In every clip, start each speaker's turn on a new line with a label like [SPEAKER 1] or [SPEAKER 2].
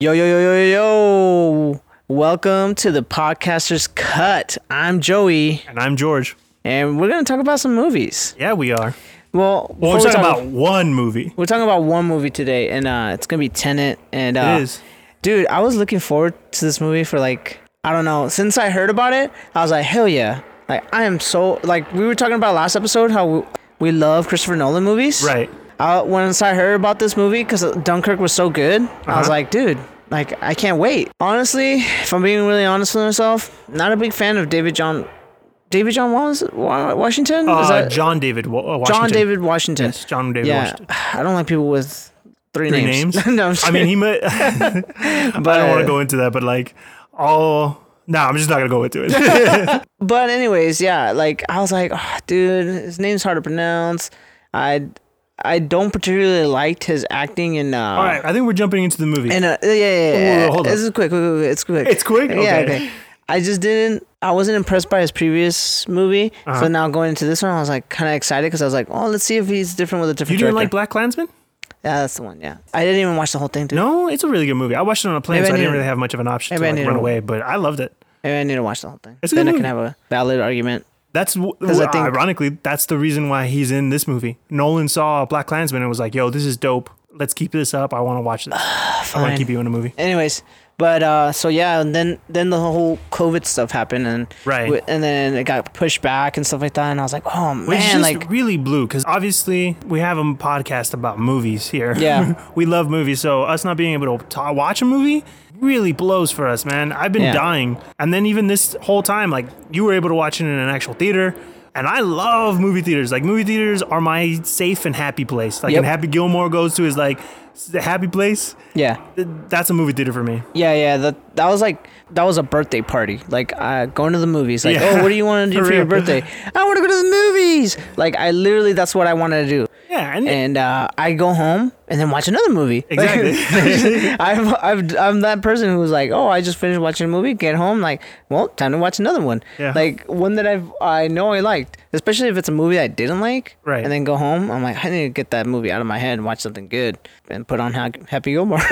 [SPEAKER 1] Yo, yo, yo, yo, yo, yo. Welcome to the Podcaster's Cut. I'm Joey,
[SPEAKER 2] And I'm George.
[SPEAKER 1] and we're going to talk about some movies.
[SPEAKER 2] Yeah, we are.
[SPEAKER 1] Well,
[SPEAKER 2] Well,
[SPEAKER 1] before
[SPEAKER 2] we're
[SPEAKER 1] we
[SPEAKER 2] talking
[SPEAKER 1] talk-
[SPEAKER 2] about one movie.
[SPEAKER 1] we're talking about one movie today, and uh, it's going to be Tenet. And, uh,
[SPEAKER 2] it is.
[SPEAKER 1] dude, I was looking forward to this movie for like, I don't know, since I heard about it, I was like, hell yeah. Like, I am so, like, we were talking about last episode how we, we love Christopher Nolan movies.
[SPEAKER 2] Right.
[SPEAKER 1] uh, once I heard about this movie because Dunkirk was so good, I was
[SPEAKER 2] Uh-huh.
[SPEAKER 1] like, dude, like I can't wait. Honestly, if I'm being really honest with myself, not a big fan of David John, David John was Wa- Washington.
[SPEAKER 2] Uh,
[SPEAKER 1] Is that
[SPEAKER 2] John David Wa- uh, Washington.
[SPEAKER 1] John David Washington?
[SPEAKER 2] Yes, John David
[SPEAKER 1] yeah,
[SPEAKER 2] Washington.
[SPEAKER 1] I don't like people with three,
[SPEAKER 2] Three
[SPEAKER 1] names.
[SPEAKER 2] names.
[SPEAKER 1] no, I'm
[SPEAKER 2] I mean, he might. I don't want to
[SPEAKER 1] uh,
[SPEAKER 2] go into that, but like, all. No, I'm just not gonna go into it.
[SPEAKER 1] But anyways, yeah, like I was like, "Ah, dude, his name's hard to pronounce. I I don't particularly liked his acting in. Uh,
[SPEAKER 2] all right, I think we're jumping into the movie.
[SPEAKER 1] And uh, yeah, yeah, yeah, yeah.
[SPEAKER 2] Ooh, hold
[SPEAKER 1] this
[SPEAKER 2] on.
[SPEAKER 1] is quick, quick, quick, quick. It's quick.
[SPEAKER 2] It's quick?
[SPEAKER 1] Yeah.
[SPEAKER 2] Okay.
[SPEAKER 1] Okay. I just didn't. I wasn't impressed by his previous movie,
[SPEAKER 2] Uh-huh.
[SPEAKER 1] so now going into this one, I was like kind of excited because I was like, "Oh, let's see if he's different with a
[SPEAKER 2] you
[SPEAKER 1] different."
[SPEAKER 2] didn't
[SPEAKER 1] director.
[SPEAKER 2] like Black Klansman?
[SPEAKER 1] Yeah, that's the one. Yeah, I didn't even watch the whole thing, dude.
[SPEAKER 2] No, it's a really good movie. I watched it on a plane,
[SPEAKER 1] Maybe
[SPEAKER 2] so
[SPEAKER 1] I
[SPEAKER 2] I didn't
[SPEAKER 1] need-
[SPEAKER 2] really have much of an option
[SPEAKER 1] maybe I
[SPEAKER 2] to
[SPEAKER 1] need
[SPEAKER 2] like,
[SPEAKER 1] to-
[SPEAKER 2] run away. But I loved it.
[SPEAKER 1] Maybe I need to watch the whole thing.
[SPEAKER 2] It's a
[SPEAKER 1] then
[SPEAKER 2] good
[SPEAKER 1] I can
[SPEAKER 2] movie.
[SPEAKER 1] have a valid argument.
[SPEAKER 2] That's w-
[SPEAKER 1] I think-
[SPEAKER 2] ironically that's the reason why he's in this movie. Nolan saw Black Klansman and was like, "Yo, this is dope. Let's keep this up. I want to watch this. I want
[SPEAKER 1] fine.
[SPEAKER 2] to keep you in a movie."
[SPEAKER 1] Anyways, but uh, so yeah, and then then the whole COVID stuff happened, and
[SPEAKER 2] Right.
[SPEAKER 1] wi- and then it got pushed back and stuff like that, and I was like, "Oh man,
[SPEAKER 2] Which just
[SPEAKER 1] like."
[SPEAKER 2] really blew because obviously we have a podcast about movies here.
[SPEAKER 1] Yeah.
[SPEAKER 2] we love movies, so us not being able to ta watch a movie really blows for us, man. I've been
[SPEAKER 1] Yeah.
[SPEAKER 2] dying, and then even this whole time, like you were able to watch it in an actual theater. And I love movie theaters. Like movie theaters are my safe and happy place. Like
[SPEAKER 1] Yep.
[SPEAKER 2] and Happy Gilmore goes to his like s- happy place.
[SPEAKER 1] Yeah,
[SPEAKER 2] Th- That's a movie theater for me.
[SPEAKER 1] Yeah, yeah. That that was like that was a birthday party. Like uh, going to the movies. Like,
[SPEAKER 2] Yeah.
[SPEAKER 1] oh, what do you want to do
[SPEAKER 2] For
[SPEAKER 1] for your
[SPEAKER 2] real.
[SPEAKER 1] birthday? I want to go to the movies. Like, I literally that's what I wanted to do.
[SPEAKER 2] Yeah, and,
[SPEAKER 1] And uh, I go home and then watch another movie. Like,
[SPEAKER 2] Exactly.
[SPEAKER 1] I'm, I'm I'm that person who's like, oh, I just finished watching a movie. Get home, like, well, time to watch another one.
[SPEAKER 2] Yeah.
[SPEAKER 1] Like one that I've I know I liked, especially if it's a movie I didn't like.
[SPEAKER 2] Right.
[SPEAKER 1] And then go home, I'm like, I need to get that movie out of my head and watch something good and put on Ha- Happy Gilmore.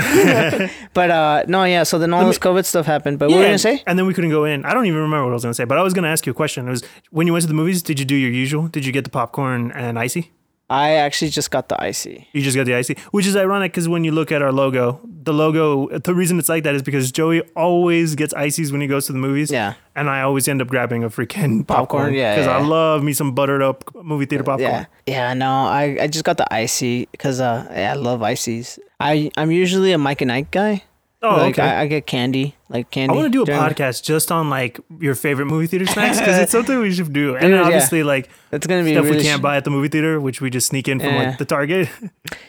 [SPEAKER 1] but uh, no, yeah. So then all this COVID stuff happened. But what were you
[SPEAKER 2] Yeah,
[SPEAKER 1] gonna say?
[SPEAKER 2] And then we couldn't go in. I don't even remember what I was gonna say, but I was gonna ask you a question. It was when you went to the movies, did you do your usual? Did you get the popcorn and icy?
[SPEAKER 1] I actually just got the icy.
[SPEAKER 2] You just got the icy, which is ironic because when you look at our logo, the logo, the reason it's like that is because Joey always gets ices when he goes to the movies.
[SPEAKER 1] Yeah.
[SPEAKER 2] And I always end up grabbing a freaking popcorn.
[SPEAKER 1] yeah,
[SPEAKER 2] Because
[SPEAKER 1] yeah,
[SPEAKER 2] I
[SPEAKER 1] yeah.
[SPEAKER 2] love me some buttered up movie theater popcorn.
[SPEAKER 1] Yeah, yeah, no, I, I just got the icy because uh, yeah, I love icies. I I'm usually a Mike and Ike guy.
[SPEAKER 2] Oh,
[SPEAKER 1] like,
[SPEAKER 2] okay. I,
[SPEAKER 1] I, I get candy, like candy.
[SPEAKER 2] want to do a
[SPEAKER 1] during the-
[SPEAKER 2] podcast just on like your favorite movie theater snacks because it's something we should do. And
[SPEAKER 1] Dude, yeah.
[SPEAKER 2] obviously, like
[SPEAKER 1] That's gonna be
[SPEAKER 2] stuff
[SPEAKER 1] really
[SPEAKER 2] we
[SPEAKER 1] sh-
[SPEAKER 2] can't buy at the movie theater, which we just sneak in from
[SPEAKER 1] Yeah.
[SPEAKER 2] like the Target.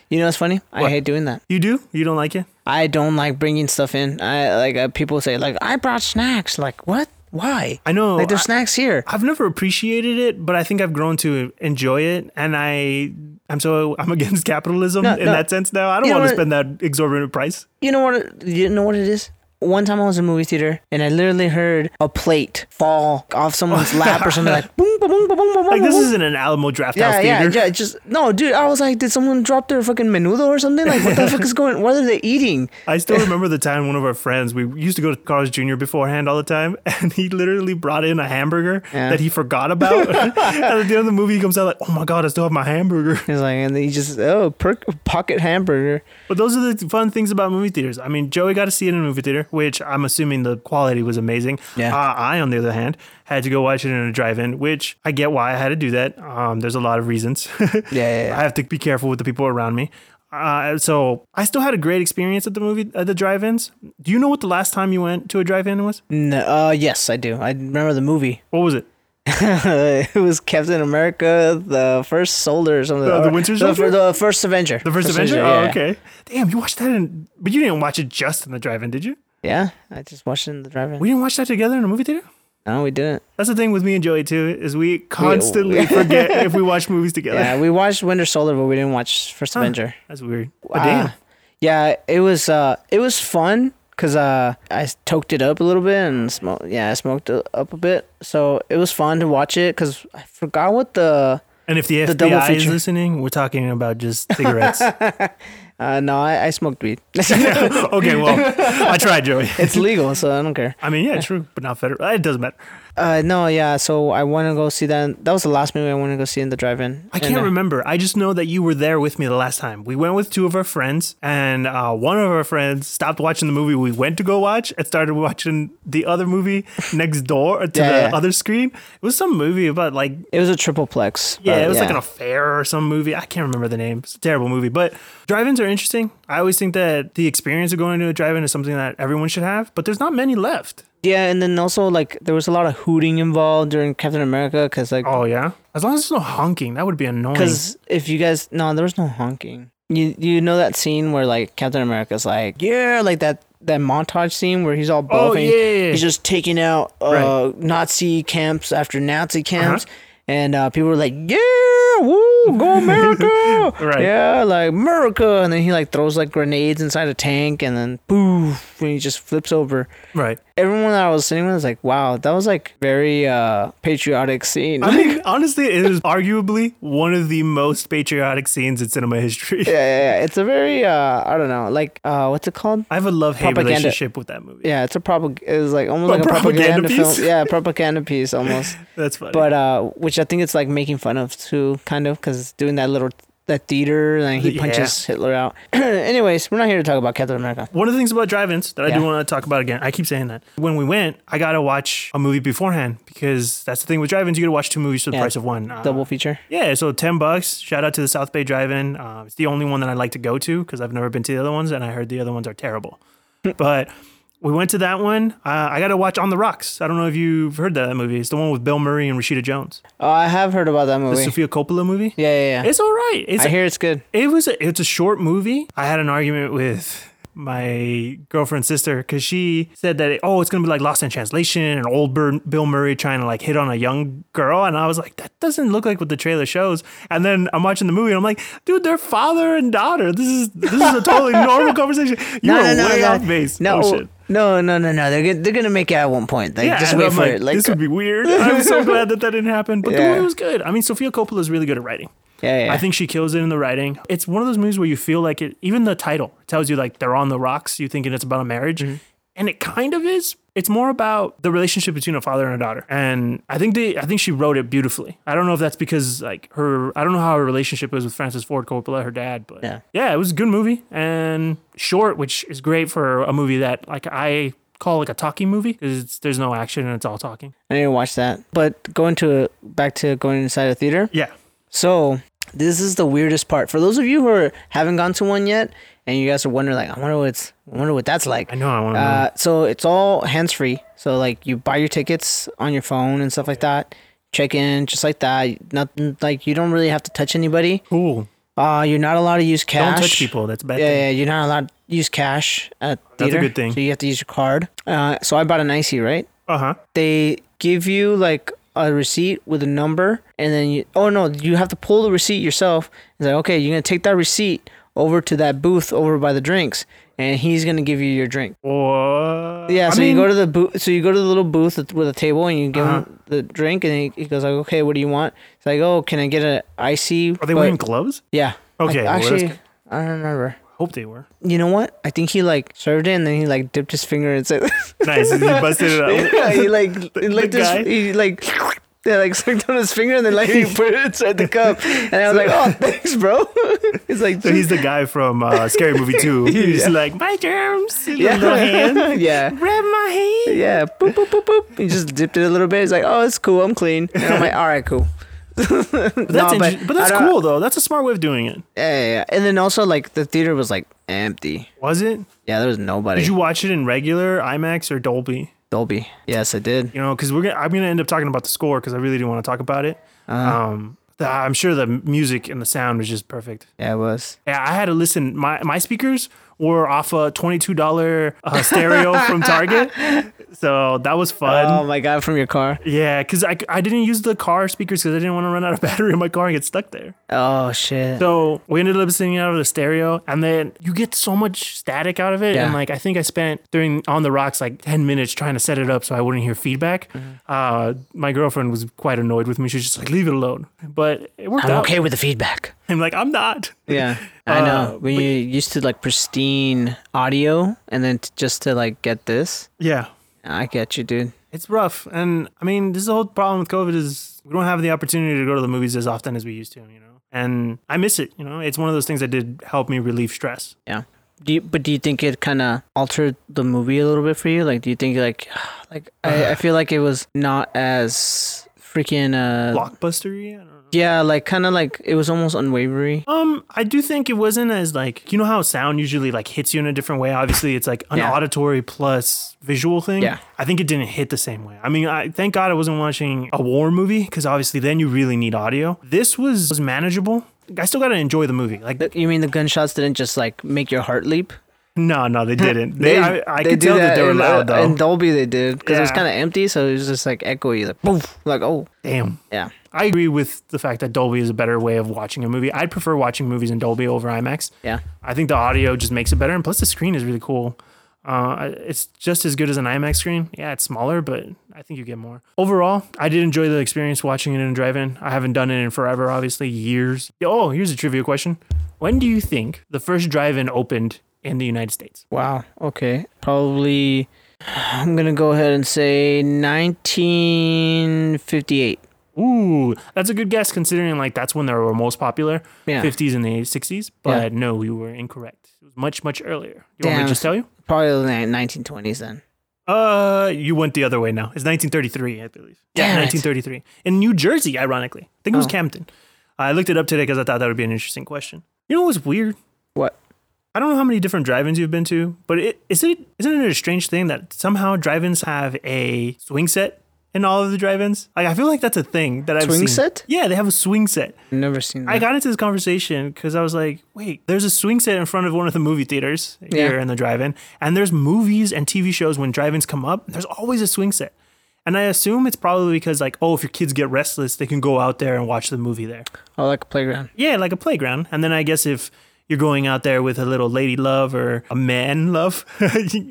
[SPEAKER 1] You know what's funny? I
[SPEAKER 2] What?
[SPEAKER 1] hate doing that.
[SPEAKER 2] you do? You don't like it?
[SPEAKER 1] I don't like bringing stuff in. I like uh, people say like I brought snacks. Like what? Why?
[SPEAKER 2] I know.
[SPEAKER 1] like there's
[SPEAKER 2] I-
[SPEAKER 1] snacks here.
[SPEAKER 2] I've never appreciated it, but I think I've grown to enjoy it, and I I'm so I'm against capitalism
[SPEAKER 1] No,
[SPEAKER 2] in
[SPEAKER 1] no.
[SPEAKER 2] that sense now. I don't
[SPEAKER 1] You know
[SPEAKER 2] want to
[SPEAKER 1] what?
[SPEAKER 2] spend that exorbitant price.
[SPEAKER 1] You know what? it- You know what it is. One time I was in a movie theater and I literally heard a plate fall off someone's lap or something like boom, boom, boom, boom, boom, boom.
[SPEAKER 2] Like this
[SPEAKER 1] boom.
[SPEAKER 2] isn't an Alamo Draft
[SPEAKER 1] Uh-huh. yeah,
[SPEAKER 2] House
[SPEAKER 1] yeah,
[SPEAKER 2] theater.
[SPEAKER 1] yeah. Just no, dude. I was like, did someone drop their fucking menudo or something? Like what the fuck is going? What are they eating?
[SPEAKER 2] I still remember the time one of our friends, we used to go to Carl's Jr. beforehand all the time, and he literally brought in a hamburger
[SPEAKER 1] Yeah.
[SPEAKER 2] that he forgot about. and at the end of the movie, he comes out like, oh my God, I still have my hamburger.
[SPEAKER 1] It's like and they just oh perk, pocket hamburger.
[SPEAKER 2] But those are the fun things about movie theaters. I mean, Joey got to see it in a movie theater, which I'm assuming the quality was amazing.
[SPEAKER 1] Yeah.
[SPEAKER 2] Uh, I, on the other hand, had to go watch it in a drive-in, which I get why I had to do that. Um, there's a lot of reasons. yeah,
[SPEAKER 1] yeah, yeah.
[SPEAKER 2] I have to be careful with the people around me. Uh, so I still had a great experience at the movie at the drive-ins. Do you know what the last time you went to a drive-in was?
[SPEAKER 1] No, uh, yes, I do. I remember the movie.
[SPEAKER 2] What was it?
[SPEAKER 1] it was Captain America, the first soldier or something.
[SPEAKER 2] The- the
[SPEAKER 1] Or
[SPEAKER 2] Winter
[SPEAKER 1] fir-
[SPEAKER 2] Soldier?
[SPEAKER 1] The, first Avenger.
[SPEAKER 2] The first, Avenger.
[SPEAKER 1] yeah.
[SPEAKER 2] Oh, okay. Damn, you watched that in, but you didn't watch it just in the drive-in, did you?
[SPEAKER 1] Yeah, I just watched it in the drive-in.
[SPEAKER 2] We didn't watch that together in a movie theater.
[SPEAKER 1] no, we didn't.
[SPEAKER 2] That's the thing with me and Joey too, is we constantly forget if we watch movies together.
[SPEAKER 1] Yeah, we watched Winter Soldier, but we didn't watch First Avenger.
[SPEAKER 2] That's weird. But
[SPEAKER 1] Ah,
[SPEAKER 2] Oh, damn.
[SPEAKER 1] yeah, it was uh, it was fun because uh, I toked it up a little bit and smoked. Yeah, I smoked it up a bit, so it was fun to watch it because I forgot what the
[SPEAKER 2] And if the
[SPEAKER 1] double
[SPEAKER 2] FBI is
[SPEAKER 1] feature.
[SPEAKER 2] listening, we're talking about just cigarettes.
[SPEAKER 1] Uh, no, I, I smoked weed.
[SPEAKER 2] okay, well, I tried, Joey.
[SPEAKER 1] it's legal, so I don't care.
[SPEAKER 2] I mean, yeah, true, but not federal. It doesn't matter.
[SPEAKER 1] Uh, no, yeah. So I want to go see that. That was the last movie I want to go see in the drive-in.
[SPEAKER 2] I can't
[SPEAKER 1] And, uh,
[SPEAKER 2] remember. I just know that you were there with me the last time. We went with two of our friends, and uh, one of our friends stopped watching the movie we went to go watch and started watching the other movie next door to
[SPEAKER 1] Yeah,
[SPEAKER 2] the
[SPEAKER 1] yeah.
[SPEAKER 2] other screen. It was some movie about like
[SPEAKER 1] It was a tripleplex.
[SPEAKER 2] Yeah,
[SPEAKER 1] but
[SPEAKER 2] it was like an affair or some movie. I can't remember the name. It's a terrible movie, but drive-ins are interesting. I always think that the experience of going to a drive-in is something that everyone should have, but there's not many left.
[SPEAKER 1] yeah, and then also like there was a lot of hooting involved during Captain America because like
[SPEAKER 2] Oh yeah, as long as there's no honking, that would be annoying.
[SPEAKER 1] Because if you guys, no, there was no honking. You you know that scene where like Captain America's like, yeah, like that that montage scene where he's all buffing.
[SPEAKER 2] Oh, yeah, yeah, yeah.
[SPEAKER 1] He's just taking out uh, Nazi camps after
[SPEAKER 2] Uh-huh.
[SPEAKER 1] Nazi camps, and uh, people were like, yeah, woo, go America,
[SPEAKER 2] Right.
[SPEAKER 1] Yeah, like America, and then he like throws like grenades inside a tank, and then poof, and he just flips over.
[SPEAKER 2] Right.
[SPEAKER 1] Everyone that I was sitting with was like, wow, that was like very uh, patriotic scene.
[SPEAKER 2] I mean, honestly, it is arguably one of the most patriotic scenes in cinema history.
[SPEAKER 1] yeah, yeah, yeah. It's a very uh, I don't know, like uh, what's it called?
[SPEAKER 2] I have a love-hate
[SPEAKER 1] Propaganda.
[SPEAKER 2] relationship with that movie.
[SPEAKER 1] Yeah, it's a propag. It's like almost
[SPEAKER 2] A
[SPEAKER 1] like a
[SPEAKER 2] propaganda
[SPEAKER 1] propaganda,
[SPEAKER 2] piece?
[SPEAKER 1] film. Yeah, propaganda piece almost.
[SPEAKER 2] That's funny.
[SPEAKER 1] but uh, which I think it's like making fun of too, kind of, because doing that little that theater and he
[SPEAKER 2] Yeah.
[SPEAKER 1] punches Hitler out. Anyways, we're not here to talk about Captain America.
[SPEAKER 2] One of the things about drive-ins that I do
[SPEAKER 1] Yeah.
[SPEAKER 2] want to talk about again, I keep saying that. When we went, I got to watch a movie beforehand because that's the thing with drive-ins. You got to watch two movies for the
[SPEAKER 1] Yeah.
[SPEAKER 2] price of one. Uh,
[SPEAKER 1] Double feature.
[SPEAKER 2] Yeah, so 10 bucks. Shout out to the South Bay Drive-In. Uh, it's the only one that I like to go to because I've never been to the other ones and I heard the other ones are terrible. but we went to that one. Uh, I got to watch On the Rocks. I don't know if you've heard that movie. It's the one with Bill Murray and Rashida Jones.
[SPEAKER 1] Oh, I have heard about that
[SPEAKER 2] The
[SPEAKER 1] movie.
[SPEAKER 2] Sofia Coppola movie.
[SPEAKER 1] yeah, yeah, yeah.
[SPEAKER 2] It's all right. It's
[SPEAKER 1] I hear it's good.
[SPEAKER 2] it was a, it's a short movie. I had an argument with my girlfriend's sister because she said that oh it's gonna be like Lost in Translation and old Bur- Bill Murray trying to like hit on a young girl and I was like that doesn't look like what the trailer shows and then I'm watching the movie and I'm like dude they're father and daughter this is this is a totally normal conversation you
[SPEAKER 1] No,
[SPEAKER 2] are
[SPEAKER 1] no, no,
[SPEAKER 2] way
[SPEAKER 1] no.
[SPEAKER 2] off base
[SPEAKER 1] No,
[SPEAKER 2] oh, shit.
[SPEAKER 1] no, no, no, no. They're gonna, they're gonna make it at one point. Like, just
[SPEAKER 2] and
[SPEAKER 1] wait
[SPEAKER 2] I'm
[SPEAKER 1] for
[SPEAKER 2] like,
[SPEAKER 1] it. Like,
[SPEAKER 2] this would be weird I'm so glad that that didn't happen but the
[SPEAKER 1] Yeah.
[SPEAKER 2] movie was good I mean Sofia Coppola is really good at writing
[SPEAKER 1] yeah, yeah.
[SPEAKER 2] I think she kills it in the writing. It's one of those movies where you feel like it, even the title tells you like they're on the rocks, you thinking it's about a marriage.
[SPEAKER 1] Mm-hmm.
[SPEAKER 2] And it kind of is. It's more about the relationship between a father and a daughter. And I think they I think she wrote it beautifully. I don't know if that's because like her I don't know how her relationship was with Francis Ford Coppola, her dad, but
[SPEAKER 1] Yeah.
[SPEAKER 2] it was a good movie and short, which is great for a movie that like I call like a talking movie because there's no action and it's all talking.
[SPEAKER 1] I need to watch that. But going to back to going inside a theater.
[SPEAKER 2] Yeah.
[SPEAKER 1] So this is the weirdest part. For those of you who are, haven't gone to one yet, and you guys are wondering, like, I wonder what it's, I wonder what that's like.
[SPEAKER 2] I know I want to
[SPEAKER 1] Uh, so it's all hands free. So like you buy your tickets on your phone and stuff like that. Check in just like that. Nothing like you don't really have to touch anybody.
[SPEAKER 2] Cool.
[SPEAKER 1] Uh, you're not allowed to use
[SPEAKER 2] Don't
[SPEAKER 1] cash.
[SPEAKER 2] touch people. That's a bad
[SPEAKER 1] Yeah,
[SPEAKER 2] thing.
[SPEAKER 1] yeah, you're not allowed to use cash at
[SPEAKER 2] a
[SPEAKER 1] theater.
[SPEAKER 2] good thing.
[SPEAKER 1] So you have to use your card. Uh, so I bought an icy, right?
[SPEAKER 2] Uh-huh.
[SPEAKER 1] they give you like a receipt with a number and then you oh no you have to pull the receipt yourself it's like okay you're gonna take that receipt over to that booth over by the drinks and he's gonna give you your drink
[SPEAKER 2] What?
[SPEAKER 1] yeah
[SPEAKER 2] I
[SPEAKER 1] so
[SPEAKER 2] mean-
[SPEAKER 1] you go
[SPEAKER 2] Uh-huh.
[SPEAKER 1] to the booth so you go to the little booth with- with a table and you give him the drink and he, he goes like okay what do you want it's like oh can i get an icy
[SPEAKER 2] Are they
[SPEAKER 1] But-
[SPEAKER 2] wearing gloves?
[SPEAKER 1] yeah
[SPEAKER 2] Okay,
[SPEAKER 1] Like,
[SPEAKER 2] well, that's
[SPEAKER 1] actually
[SPEAKER 2] good.
[SPEAKER 1] i don't remember
[SPEAKER 2] Hope they were.
[SPEAKER 1] you know what i think he like served it and then he like dipped his finger and said
[SPEAKER 2] Nice. You busted it out.
[SPEAKER 1] yeah, he like he like
[SPEAKER 2] the
[SPEAKER 1] this
[SPEAKER 2] guy?
[SPEAKER 1] he like yeah, like sucked on his finger and then like he put it inside the cup. And I was like, Oh thanks, bro. It's like
[SPEAKER 2] So he's the guy from uh, Scary Movie 2. He's
[SPEAKER 1] Yeah.
[SPEAKER 2] like, my germs. in the
[SPEAKER 1] yeah.
[SPEAKER 2] little hand.
[SPEAKER 1] yeah.
[SPEAKER 2] Grab my hand.
[SPEAKER 1] Yeah. Boop boop boop boop. He just dipped it a little bit. He's like, Oh, it's cool, I'm clean. And I'm like, All right, cool.
[SPEAKER 2] But that's,
[SPEAKER 1] No, but
[SPEAKER 2] inter- but that's
[SPEAKER 1] I don't-
[SPEAKER 2] cool, though. That's a smart way of doing it.
[SPEAKER 1] Yeah, yeah, yeah. And then also like the theater was like empty.
[SPEAKER 2] Was it?
[SPEAKER 1] Yeah, there was nobody.
[SPEAKER 2] Did you watch it in regular IMAX or Dolby?
[SPEAKER 1] Dolby. Yes, I did.
[SPEAKER 2] You know, because we're gonna, I'm gonna end up talking about the score because I really do want to talk about it.
[SPEAKER 1] Uh-huh.
[SPEAKER 2] Um, the, I'm sure the music and the sound was just perfect.
[SPEAKER 1] Yeah, it was.
[SPEAKER 2] Yeah, I had to listen. My my speakers were off a twenty two dollar uh, stereo from Target, So that was fun.
[SPEAKER 1] Oh my god, from your car.
[SPEAKER 2] yeah, because I, I didn't use the car speakers because I didn't want to run out of battery in my car and get stuck there.
[SPEAKER 1] Oh shit.
[SPEAKER 2] So we ended up singing out of the stereo, and then you get so much static out of it.
[SPEAKER 1] Yeah.
[SPEAKER 2] And like I think I spent during on the rocks like ten minutes trying to set it up so I wouldn't hear feedback.
[SPEAKER 1] Mm-hmm.
[SPEAKER 2] Uh, my girlfriend was quite annoyed with me. She was just like, "Leave it alone." But it worked
[SPEAKER 1] I'm
[SPEAKER 2] out.
[SPEAKER 1] okay with the feedback.
[SPEAKER 2] I'm like, I'm not.
[SPEAKER 1] Yeah, I
[SPEAKER 2] Uh,
[SPEAKER 1] know. When you used to like pristine audio, and then t- just to like get this,
[SPEAKER 2] Yeah,
[SPEAKER 1] I get you, dude.
[SPEAKER 2] it's rough, and I mean, this is the whole problem with COVID is we don't have the opportunity to go to the movies as often as we used to. You know, and I miss it. You know, it's one of those things that did help me relieve stress.
[SPEAKER 1] Yeah. Do you, but do you think it kind of altered the movie a little bit for you? Like, do you think like, like I, I feel like it was not as freaking uh
[SPEAKER 2] Blockbustery. I don't know.
[SPEAKER 1] yeah, like kind of like it was almost unwavering.
[SPEAKER 2] Um, I do think it wasn't as like you know how sound usually like hits you in a different way. Obviously, it's like an
[SPEAKER 1] Yeah.
[SPEAKER 2] auditory plus visual thing.
[SPEAKER 1] Yeah.
[SPEAKER 2] I think it didn't hit the same way. I mean, I thank God I wasn't watching a war movie because obviously then you really need audio. This was was manageable. I still got to enjoy the movie. Like
[SPEAKER 1] You mean the gunshots didn't just like make your heart leap?
[SPEAKER 2] no, no, they didn't. They, I, I could
[SPEAKER 1] do
[SPEAKER 2] tell that, they were
[SPEAKER 1] in, uh,
[SPEAKER 2] loud though.
[SPEAKER 1] In Dolby, they did because it was
[SPEAKER 2] Yeah.
[SPEAKER 1] kind of empty, so it was just like echoey, like poof, like oh
[SPEAKER 2] Damn.
[SPEAKER 1] yeah.
[SPEAKER 2] I agree with the fact that Dolby is a better way of watching a movie. I'd prefer watching movies in Dolby over IMAX.
[SPEAKER 1] Yeah.
[SPEAKER 2] I think the audio just makes it better, and plus the screen is really cool. Uh, I- it's just as good as an IMAX screen. Yeah, it's smaller, but I think you get more. Overall, I did enjoy the experience watching it in a drive-in. I haven't done it in forever, obviously, years. Oh, here's a trivia question: When do you think the first drive-in opened in the United States?
[SPEAKER 1] Wow. Okay. Probably. I'm gonna go ahead and say 1958.
[SPEAKER 2] Ooh, that's a good guess considering like that's when they were most popular,
[SPEAKER 1] Yeah.
[SPEAKER 2] 50s and the 60s. But no, you were incorrect. It was much much earlier. You want me
[SPEAKER 1] Damn.
[SPEAKER 2] to just tell you?
[SPEAKER 1] Probably the ni- 1920s then.
[SPEAKER 2] Uh, you went the other way now. It's 1933, I believe.
[SPEAKER 1] Damn it.
[SPEAKER 2] 1933 in New Jersey, ironically. I think it was
[SPEAKER 1] Oh.
[SPEAKER 2] Camden. I looked it up today because I thought that would be an interesting question. You know what's weird?
[SPEAKER 1] What?
[SPEAKER 2] I don't know how many different drive-ins you've been to, but it is it isn't it a strange thing that somehow drive-ins have a swing set in all of the drive-ins? Like I feel like that's a thing that I've
[SPEAKER 1] Swing
[SPEAKER 2] seen.
[SPEAKER 1] set?
[SPEAKER 2] Yeah, they have a swing set.
[SPEAKER 1] Never seen that.
[SPEAKER 2] I got into this conversation because I was like, wait, there's a swing set in front of one of the movie theaters here
[SPEAKER 1] Yeah.
[SPEAKER 2] in the drive in, and there's movies and TV shows when drive ins come up, there's always a swing set. And I assume it's probably because, like, oh, if your kids get restless, they can go out there and watch the movie there.
[SPEAKER 1] oh, like a playground.
[SPEAKER 2] Yeah, like a playground. And then I guess if you're going out there with a little lady love or a man love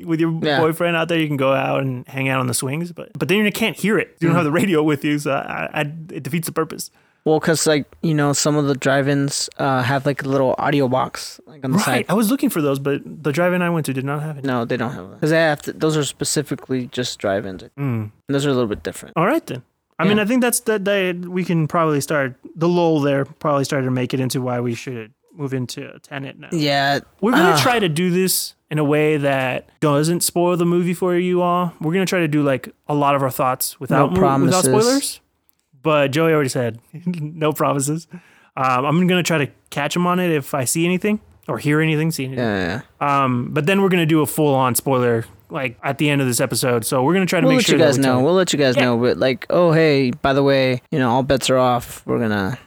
[SPEAKER 2] with your
[SPEAKER 1] Yeah.
[SPEAKER 2] boyfriend out there, you can go out and hang out on the swings. But but then you can't hear it.
[SPEAKER 1] Mm.
[SPEAKER 2] You don't have the radio with you, so I, I, it defeats the purpose.
[SPEAKER 1] Well, cause like you know some of the drive-ins uh, have like a little audio box like on the
[SPEAKER 2] Right.
[SPEAKER 1] side.
[SPEAKER 2] I was looking for those, but the drive-in I went to did not have it.
[SPEAKER 1] No, they don't have that. Cause they have to, those are specifically just drive-ins. And those are a little bit different.
[SPEAKER 2] All right then. I mean,
[SPEAKER 1] Yeah.
[SPEAKER 2] I think that's that. That we can probably start the lull there. Probably started to make it into why we should move into Tenet now.
[SPEAKER 1] Yeah.
[SPEAKER 2] We're gonna
[SPEAKER 1] Ah.
[SPEAKER 2] try to do this in a way that doesn't spoil the movie for you all. We're gonna try to do like a lot of our thoughts without mo-
[SPEAKER 1] promises.
[SPEAKER 2] without spoilers. But Joey already said no promises. Um, I'm gonna try to catch him on it if I see anything or hear anything, see anything.
[SPEAKER 1] Yeah, yeah.
[SPEAKER 2] Um, but then we're gonna do a full on spoiler like at the end of this episode. So we're gonna try to
[SPEAKER 1] We'll
[SPEAKER 2] make
[SPEAKER 1] let
[SPEAKER 2] sure
[SPEAKER 1] you guys
[SPEAKER 2] that we tell
[SPEAKER 1] know. We'll let you guys
[SPEAKER 2] Yeah.
[SPEAKER 1] know. But like, oh hey, by the way, you know all bets are off. We're gonna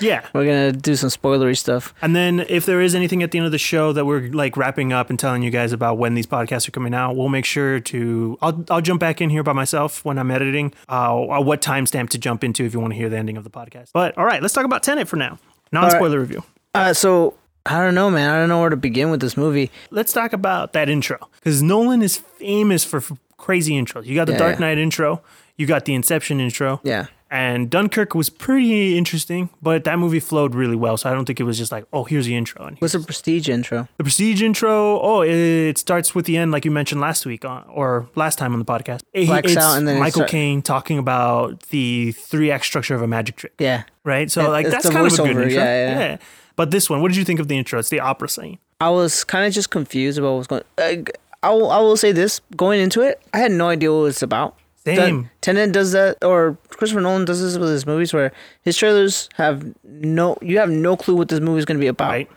[SPEAKER 2] Yeah.
[SPEAKER 1] we're gonna do some spoilery stuff.
[SPEAKER 2] And then if there is anything at the end of the show that we're like wrapping up and telling you guys about when these podcasts are coming out, we'll make sure to I'll I'll jump back in here by myself when I'm editing. Uh, uh, what timestamp to jump into if you want to hear the ending of the podcast. But all right, let's talk about Tenet for now. Non-spoiler review.
[SPEAKER 1] Uh, so I don't know, man. I don't know where to begin with this movie.
[SPEAKER 2] Let's talk about that intro because Nolan is famous for f- crazy intros. You got the
[SPEAKER 1] Yeah,
[SPEAKER 2] Dark
[SPEAKER 1] yeah.
[SPEAKER 2] Knight intro. You got the Inception intro.
[SPEAKER 1] Yeah.
[SPEAKER 2] And Dunkirk was pretty interesting, but that movie flowed really well. So I don't think it was just like, oh, here's the intro. And
[SPEAKER 1] What's a prestige intro?
[SPEAKER 2] The Prestige intro. Oh, it starts with the end, like you mentioned last week on, or last time on the podcast. It-
[SPEAKER 1] Blacks
[SPEAKER 2] it's
[SPEAKER 1] out and then it
[SPEAKER 2] Michael
[SPEAKER 1] start-
[SPEAKER 2] Caine talking about the three act structure of a magic trick,
[SPEAKER 1] Yeah.
[SPEAKER 2] right? So
[SPEAKER 1] It-
[SPEAKER 2] like
[SPEAKER 1] it's
[SPEAKER 2] that's
[SPEAKER 1] the
[SPEAKER 2] kind of a good
[SPEAKER 1] voiceover,
[SPEAKER 2] intro.
[SPEAKER 1] yeah, yeah.
[SPEAKER 2] But this one, what did you think of the intro? It's the opera scene.
[SPEAKER 1] I was kind of just confused about what's going. Uh, I will. I will say this going into it, I had no idea what it's about.
[SPEAKER 2] Same.
[SPEAKER 1] That- Tenet does that, or Christopher Nolan does this with his movies, where his trailers have no. You have no clue what this movie is going to be about,
[SPEAKER 2] Right.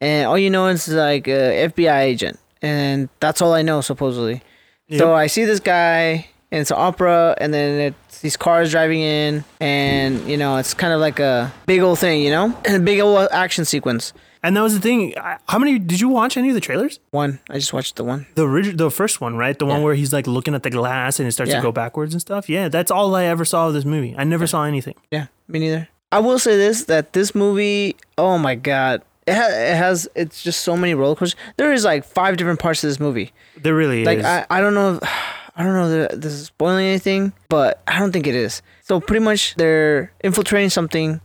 [SPEAKER 1] and all you know is like a FBI agent, and that's all I know supposedly. So I see this guy, and it's an opera, and then it's these cars driving in, and you know it's kind of like a big old thing, you know, and a big old action sequence.
[SPEAKER 2] And that was the thing. I- How many did you watch any of the trailers?
[SPEAKER 1] One. I just watched the one.
[SPEAKER 2] The orig- the first one, right? The one
[SPEAKER 1] Yeah.
[SPEAKER 2] where he's like looking at the glass and it starts
[SPEAKER 1] Yeah.
[SPEAKER 2] to go backwards and stuff. Yeah, that's all I ever saw of this movie. I never saw anything.
[SPEAKER 1] Yeah, me neither. I will say this: that this movie, oh my god, it, ha- it has it's just so many roller coasters. There is like five different parts of this movie.
[SPEAKER 2] There really
[SPEAKER 1] Like
[SPEAKER 2] is.
[SPEAKER 1] I, I don't know, if, I don't know that this is spoiling anything, but I don't think it is. So pretty much they're infiltrating something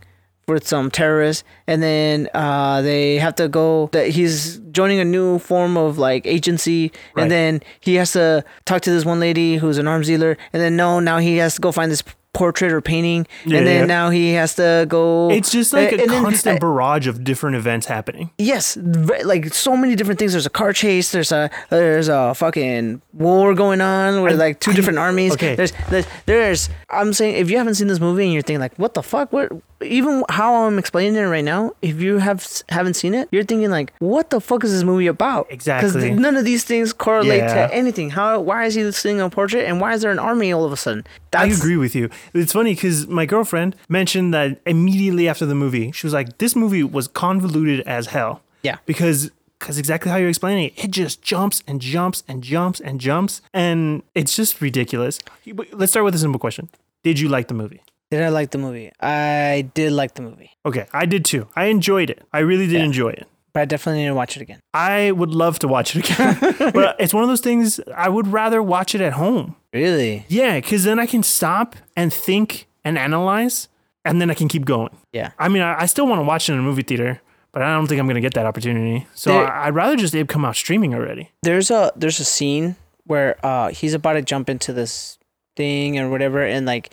[SPEAKER 1] with some terrorists, and then uh, they have to go. That he's joining a new form of like agency,
[SPEAKER 2] Right.
[SPEAKER 1] and then he has to talk to this one lady who's an arms dealer, and then no, now he has to go find this portrait or painting,
[SPEAKER 2] Yeah,
[SPEAKER 1] and then
[SPEAKER 2] yeah.
[SPEAKER 1] now he has to go.
[SPEAKER 2] it's just like
[SPEAKER 1] and-
[SPEAKER 2] a
[SPEAKER 1] and then-
[SPEAKER 2] constant barrage of different events happening.
[SPEAKER 1] Yes, ve- like so many different things. There's a car chase. There's a there's a fucking war going on with like two different armies.
[SPEAKER 2] okay.
[SPEAKER 1] There's, there's there's I'm saying if you haven't seen this movie and you're thinking like what the fuck what even how I'm explaining it right now if you have s- haven't seen it you're thinking like what the fuck is this movie about
[SPEAKER 2] Exactly.
[SPEAKER 1] because none of these things correlate
[SPEAKER 2] Yeah.
[SPEAKER 1] to anything how why is he seeing a portrait and why is there an army all of a sudden
[SPEAKER 2] I agree with you. It's funny because my girlfriend mentioned that immediately after the movie, she was like, "This movie was convoluted as hell."
[SPEAKER 1] Yeah.
[SPEAKER 2] because because exactly how you're explaining it, it just jumps and jumps and jumps and jumps, and it's just ridiculous. But Let's start with a simple question: Did you like the movie?
[SPEAKER 1] did I like the movie I did like the movie
[SPEAKER 2] Okay, I did too. I enjoyed it. I really did enjoy it.
[SPEAKER 1] but I definitely need to watch it again
[SPEAKER 2] I would love to watch it again, but it's one of those things I would rather watch it at home.
[SPEAKER 1] really
[SPEAKER 2] Yeah, because then I can stop and think and analyze, and then I can keep going.
[SPEAKER 1] yeah
[SPEAKER 2] I mean, I, I still want to watch it in a movie theater, but I don't think I'm going to get that opportunity. So
[SPEAKER 1] There-
[SPEAKER 2] I, I'd rather just it come out streaming already.
[SPEAKER 1] there's a there's a scene where uh he's about to jump into this thing or whatever and like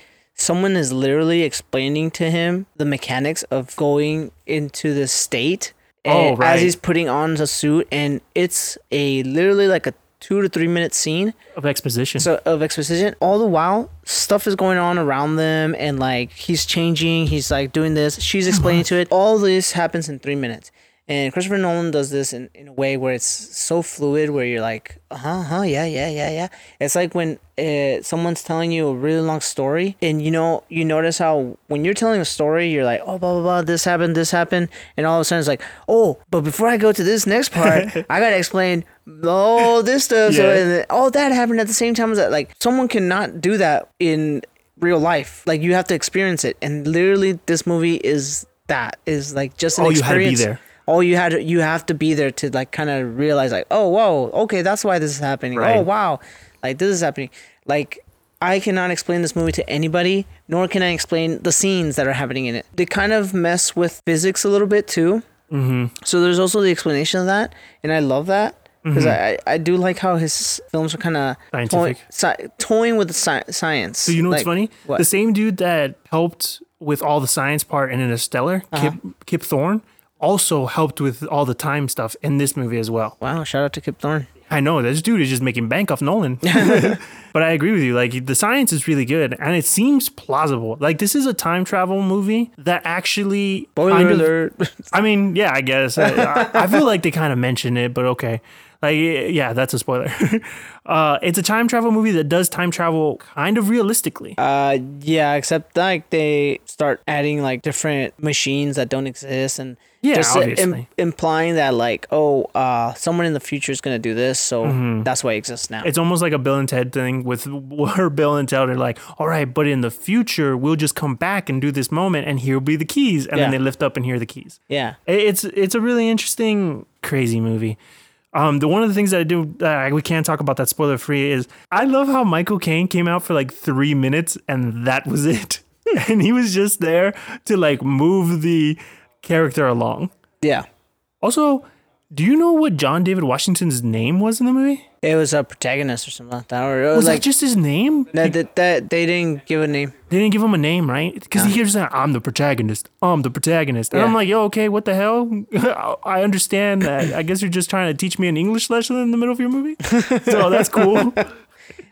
[SPEAKER 1] someone is literally explaining to him the mechanics of going into this state
[SPEAKER 2] Oh,
[SPEAKER 1] and
[SPEAKER 2] right.
[SPEAKER 1] as he's putting on the suit and it's a literally like a two to three minute scene
[SPEAKER 2] Of exposition.
[SPEAKER 1] so of exposition all the while stuff is going on around them and like he's changing he's like doing this she's explaining to it all this happens in three minutes and christopher nolan does this in, in a way where it's so fluid where you're like uh-huh uh-huh, yeah yeah yeah yeah it's like when uh, someone's telling you a really long story and you know you notice how when you're telling a story you're like oh blah blah blah this happened this happened and all of a sudden it's like oh but before i go to this next part i gotta explain all this stuff so
[SPEAKER 2] Yeah.
[SPEAKER 1] and and all that happened at the same time as that like someone cannot do that in real life like you have to experience it and literally this movie is that is like just an
[SPEAKER 2] All you had to be
[SPEAKER 1] experience
[SPEAKER 2] there.
[SPEAKER 1] all you had to, you have to be there to like kind of realize like oh whoa okay that's why this is happening oh
[SPEAKER 2] Right.
[SPEAKER 1] wow like this is happening like i cannot explain this movie to anybody nor can i explain the scenes that are happening in it they kind of mess with physics a little bit too so there's also the explanation of that, and I love that because I, I I do like how his films are kind of
[SPEAKER 2] Mm-hmm. Scientific.
[SPEAKER 1] si- toying with the sci- science.
[SPEAKER 2] So you know what's
[SPEAKER 1] Like,
[SPEAKER 2] funny?
[SPEAKER 1] What?
[SPEAKER 2] The same dude that helped with all the science part in Interstellar,
[SPEAKER 1] Uh-huh.
[SPEAKER 2] Kip, Kip Thorne, also helped with all the time stuff in this movie as well.
[SPEAKER 1] wow! Shout out to Kip Thorne.
[SPEAKER 2] I know this dude is just making bank off Nolan. but I agree with you. Like the science is really good and it seems plausible. Like this is a time travel movie that actually kind
[SPEAKER 1] Spoiler
[SPEAKER 2] of-
[SPEAKER 1] alert.
[SPEAKER 2] I mean, yeah, I guess. I, I, I feel like they kind of mentioned it, but okay. Like, yeah, that's a spoiler. uh, it's a time travel movie that does time travel kind of realistically.
[SPEAKER 1] uh, yeah, except like they start adding like different machines that don't exist and
[SPEAKER 2] Yeah,
[SPEAKER 1] just uh, im-
[SPEAKER 2] obviously.
[SPEAKER 1] implying that like oh uh someone in the future is gonna do this, so
[SPEAKER 2] Mm-hmm.
[SPEAKER 1] that's why it exists now.
[SPEAKER 2] It's almost like a Bill and Ted thing with where Bill and Ted are like, all right, but in the future, we'll just come back and do this moment, and here will be the keys. And then
[SPEAKER 1] Yeah.
[SPEAKER 2] they lift up and hear the keys.
[SPEAKER 1] yeah,
[SPEAKER 2] It- It's it's a really interesting, crazy movie. Um, the one of the things that I do that I, we can't talk about that spoiler free is I love how Michael Caine came out for like three minutes and that was it, and he was just there to like move the character along.
[SPEAKER 1] yeah.
[SPEAKER 2] Also, do you know what John David Washington's name was in the movie?
[SPEAKER 1] It was a protagonist or something like that, or it was,
[SPEAKER 2] Was
[SPEAKER 1] like
[SPEAKER 2] that just his name?
[SPEAKER 1] that, that that they didn't give a name.
[SPEAKER 2] They didn't give him a name, right? Because he hears that I'm the protagonist. I'm the protagonist, and I'm
[SPEAKER 1] Yeah.
[SPEAKER 2] like, yo, okay, what the hell? I understand that. I guess you're just trying to teach me an English lesson in the middle of your movie. So that's cool.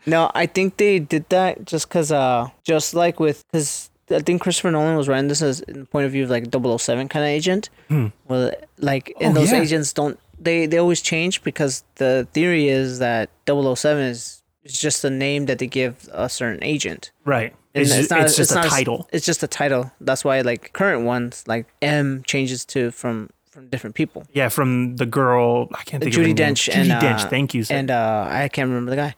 [SPEAKER 1] No, I think they did that just because, uh, just like with, because I think Christopher Nolan was writing this as in the point of view of like 007 kind of agent. Well, like, and
[SPEAKER 2] Hmm. Oh,
[SPEAKER 1] those
[SPEAKER 2] yeah.
[SPEAKER 1] agents don't, they, they always change because the theory is that 007 is, is just a name that they give a certain agent.
[SPEAKER 2] Right.
[SPEAKER 1] And
[SPEAKER 2] It's, just, it's just a
[SPEAKER 1] not
[SPEAKER 2] title.
[SPEAKER 1] It's just a title. That's why like current ones like M changes to from from from different people.
[SPEAKER 2] Yeah, from the girl. I can't think
[SPEAKER 1] Judi
[SPEAKER 2] of her name.
[SPEAKER 1] Dench
[SPEAKER 2] Judi
[SPEAKER 1] and uh,
[SPEAKER 2] Dench. Thank you. sir.
[SPEAKER 1] And uh, I can't remember the guy.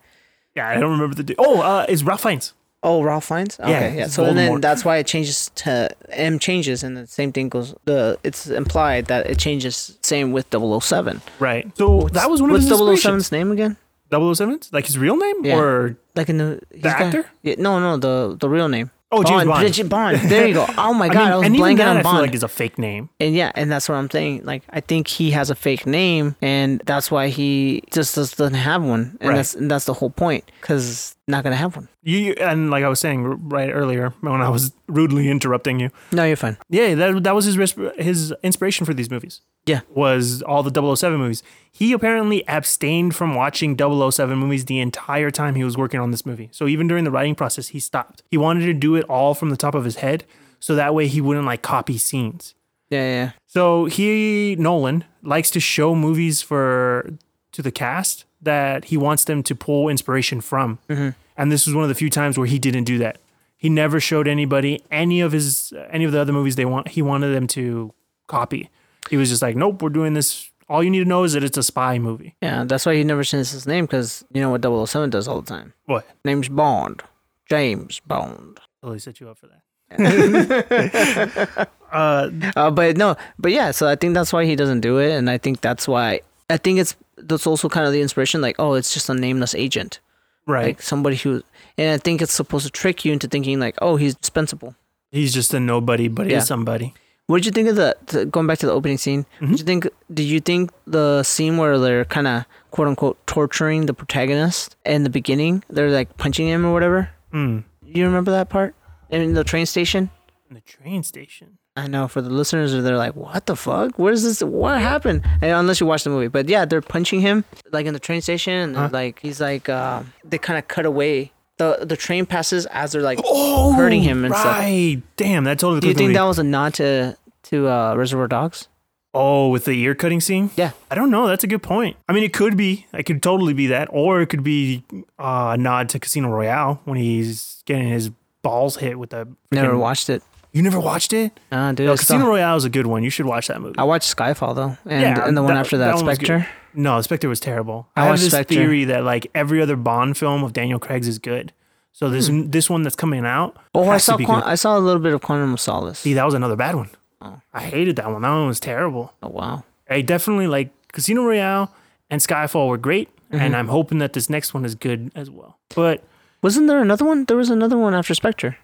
[SPEAKER 2] yeah, I don't remember the. du- Oh, uh, is Ralph Fiennes?
[SPEAKER 1] Oh, Ralph Fiennes. Okay, yeah.
[SPEAKER 2] it's
[SPEAKER 1] So
[SPEAKER 2] Voldemort.
[SPEAKER 1] then that's why it changes to M changes, and the same thing goes. The it's implied that it changes same with 007.
[SPEAKER 2] Right. So that was one of
[SPEAKER 1] What's
[SPEAKER 2] his 007s.
[SPEAKER 1] 007's name again?
[SPEAKER 2] 007s? Like his real name
[SPEAKER 1] Yeah.
[SPEAKER 2] or
[SPEAKER 1] Like in the he's got-
[SPEAKER 2] actor?
[SPEAKER 1] Yeah, no, no, the the real name.
[SPEAKER 2] Oh, James Bond.
[SPEAKER 1] Bridget Bond. There you go. Oh my
[SPEAKER 2] I
[SPEAKER 1] God, I,
[SPEAKER 2] mean, and
[SPEAKER 1] was
[SPEAKER 2] even
[SPEAKER 1] blanking
[SPEAKER 2] that I
[SPEAKER 1] on
[SPEAKER 2] feel
[SPEAKER 1] Bond.
[SPEAKER 2] like is a fake name.
[SPEAKER 1] and yeah, and that's what I'm saying. Like I think he has a fake name, and that's why he just, just doesn't have one. And
[SPEAKER 2] Right.
[SPEAKER 1] that's and that's the whole point, because not gonna have one.
[SPEAKER 2] You you- and like I was saying r- right earlier when I was rudely interrupting you.
[SPEAKER 1] No, you're fine.
[SPEAKER 2] Yeah, that that was his ris- his inspiration for these movies.
[SPEAKER 1] Yeah.
[SPEAKER 2] Was all the 007 movies. He apparently abstained from watching 007 movies the entire time he was working on this movie. So even during the writing process, he stopped. He wanted to do it all from the top of his head so that way he wouldn't like copy scenes.
[SPEAKER 1] Yeah, yeah, yeah.
[SPEAKER 2] So he Nolan likes to show movies for to the cast that he wants them to pull inspiration from, and this was one of the few times where he didn't do that. He never showed anybody any of his any of the other movies they want. He wanted them to copy. He was just like, nope, we're doing this. All you need to know is that it's a spy movie.
[SPEAKER 1] Yeah, that's why he never sends his name, because you know what 007 does all the time.
[SPEAKER 2] What?
[SPEAKER 1] Name's Bond. James Bond.
[SPEAKER 2] Totally set you up for that. uh,
[SPEAKER 1] Uh, but no, but yeah, so I think that's why he doesn't do it, and I think that's why I think it's that's also kind of the inspiration. Like, oh, it's just a nameless agent,
[SPEAKER 2] right.
[SPEAKER 1] like somebody who, and I think it's supposed to trick you into thinking like, oh, he's dispensable.
[SPEAKER 2] He's just a nobody, but
[SPEAKER 1] Yeah.
[SPEAKER 2] he's somebody.
[SPEAKER 1] What did you think of the, the going back to the opening scene? Did you think? Did you think the scene where they're kind of quote unquote torturing the protagonist in the beginning? They're like punching him or whatever.
[SPEAKER 2] Mm.
[SPEAKER 1] You remember that part in the train station?
[SPEAKER 2] In the train station.
[SPEAKER 1] I know for the listeners, they're like, "What the fuck? Where is this? What happened?" And unless you watch the movie, but yeah, they're punching him like in the train station, and they're like he's like uh, they kind of cut away. the The train passes as they're like
[SPEAKER 2] oh,
[SPEAKER 1] hurting him and stuff.
[SPEAKER 2] right. Damn, that totally.
[SPEAKER 1] Do you
[SPEAKER 2] clicked with
[SPEAKER 1] think
[SPEAKER 2] me.
[SPEAKER 1] that was a nod to to uh, Reservoir Dogs?
[SPEAKER 2] Oh, with the ear cutting scene?
[SPEAKER 1] Yeah.
[SPEAKER 2] I don't know. That's a good point. I mean, it could be. It could totally be that, or it could be uh, a nod to Casino Royale when he's getting his balls hit with the.
[SPEAKER 1] Never
[SPEAKER 2] freaking-
[SPEAKER 1] watched it.
[SPEAKER 2] You never watched it?
[SPEAKER 1] Ah, dude,
[SPEAKER 2] No,
[SPEAKER 1] I saw-
[SPEAKER 2] Casino Royale is a good one. You should watch that movie.
[SPEAKER 1] I watched Skyfall though, and and the one after that,
[SPEAKER 2] one was good.
[SPEAKER 1] Spectre.
[SPEAKER 2] No, Spectre was terrible.
[SPEAKER 1] I
[SPEAKER 2] I, have
[SPEAKER 1] watched
[SPEAKER 2] this
[SPEAKER 1] Spectre.
[SPEAKER 2] theory that like every other Bond film of Daniel Craig's is good. So this this one that's coming out.
[SPEAKER 1] Hmm. Oh, I
[SPEAKER 2] has to
[SPEAKER 1] saw
[SPEAKER 2] be
[SPEAKER 1] Quan-
[SPEAKER 2] good.
[SPEAKER 1] I saw a little bit of Quantum of Solace.
[SPEAKER 2] See, that was another bad one.
[SPEAKER 1] Oh.
[SPEAKER 2] I hated that one. That one was terrible.
[SPEAKER 1] Oh wow.
[SPEAKER 2] I definitely like Casino Royale and Skyfall were great,
[SPEAKER 1] Mm-hmm.
[SPEAKER 2] and I'm hoping that this next one is good as well. But
[SPEAKER 1] Wasn't there another one? There was another one after Spectre.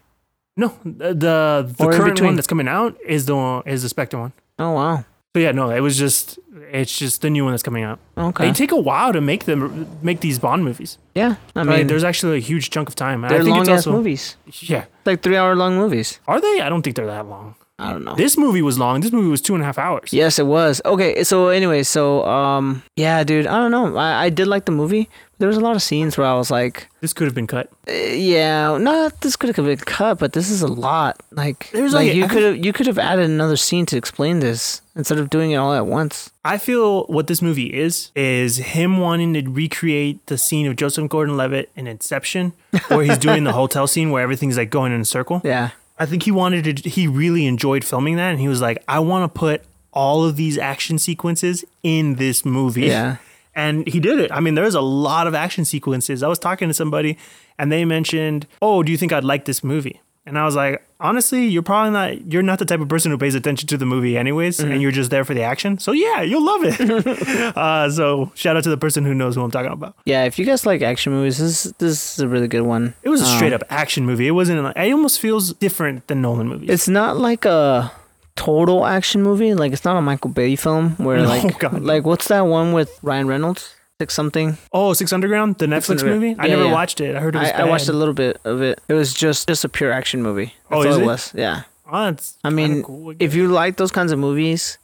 [SPEAKER 2] no, the the, the
[SPEAKER 1] Or in
[SPEAKER 2] current
[SPEAKER 1] between.
[SPEAKER 2] one that's coming out is the is the Spectre one.
[SPEAKER 1] Oh wow.
[SPEAKER 2] So yeah, no, it was just it's just the new one that's coming out.
[SPEAKER 1] Okay.
[SPEAKER 2] They take a while to make them make these Bond movies.
[SPEAKER 1] yeah. I
[SPEAKER 2] I
[SPEAKER 1] mean,
[SPEAKER 2] mean, there's actually a huge chunk of time. and
[SPEAKER 1] they're
[SPEAKER 2] I think
[SPEAKER 1] long
[SPEAKER 2] it's
[SPEAKER 1] ass
[SPEAKER 2] also,
[SPEAKER 1] movies.
[SPEAKER 2] Yeah,
[SPEAKER 1] like three hour long movies.
[SPEAKER 2] are they? I don't think they're that long.
[SPEAKER 1] I don't know.
[SPEAKER 2] This movie was long. This movie was two and a half hours.
[SPEAKER 1] yes, it was. Okay, so anyway, so um, yeah, dude, I don't know. I, I did like the movie. There was a lot of scenes where I was like,
[SPEAKER 2] This could have been cut.
[SPEAKER 1] eh, yeah, not this could have been cut, but this is a lot. Like,
[SPEAKER 2] There's
[SPEAKER 1] like,
[SPEAKER 2] like-
[SPEAKER 1] you
[SPEAKER 2] I
[SPEAKER 1] could have you could have added another scene to explain this instead of doing it all at once.
[SPEAKER 2] I feel what this movie is is him wanting to recreate the scene of Joseph Gordon-Levitt in Inception, where he's doing the hotel scene where everything's like going in a circle.
[SPEAKER 1] Yeah,
[SPEAKER 2] I think he wanted to. He really enjoyed filming that, and he was like, "I want to put all of these action sequences in this movie."
[SPEAKER 1] Yeah.
[SPEAKER 2] And he did it. I mean, there's a lot of action sequences. I was talking to somebody, and they mentioned, "Oh, do you think I'd like this movie?" And I was like, "Honestly, you're probably not. You're not the type of person who pays attention to the movie, anyways, and you're just there for the action. So yeah, you'll love it." uh, so shout out to the person who knows who I'm talking about.
[SPEAKER 1] yeah. If you guys like action movies, this this is a really good one.
[SPEAKER 2] It was a straight up action movie. It wasn't. Like, it almost feels different than Nolan movies.
[SPEAKER 1] It's not like a total action movie. Like it's not a Michael Bay film where
[SPEAKER 2] No,
[SPEAKER 1] like
[SPEAKER 2] God, no.
[SPEAKER 1] like what's that one with Ryan Reynolds? Like something.
[SPEAKER 2] Oh, Six Underground, the Netflix
[SPEAKER 1] Underground.
[SPEAKER 2] movie. I
[SPEAKER 1] Yeah,
[SPEAKER 2] never
[SPEAKER 1] yeah.
[SPEAKER 2] watched it. I heard it was
[SPEAKER 1] I, I
[SPEAKER 2] bad.
[SPEAKER 1] watched a little bit of it. It was just just a pure action movie. That's
[SPEAKER 2] Oh,
[SPEAKER 1] all
[SPEAKER 2] is
[SPEAKER 1] it,
[SPEAKER 2] it?
[SPEAKER 1] was. Yeah.
[SPEAKER 2] Oh, it's
[SPEAKER 1] I
[SPEAKER 2] kinda
[SPEAKER 1] mean,
[SPEAKER 2] cool, I guess.
[SPEAKER 1] if you like those kinds of movies,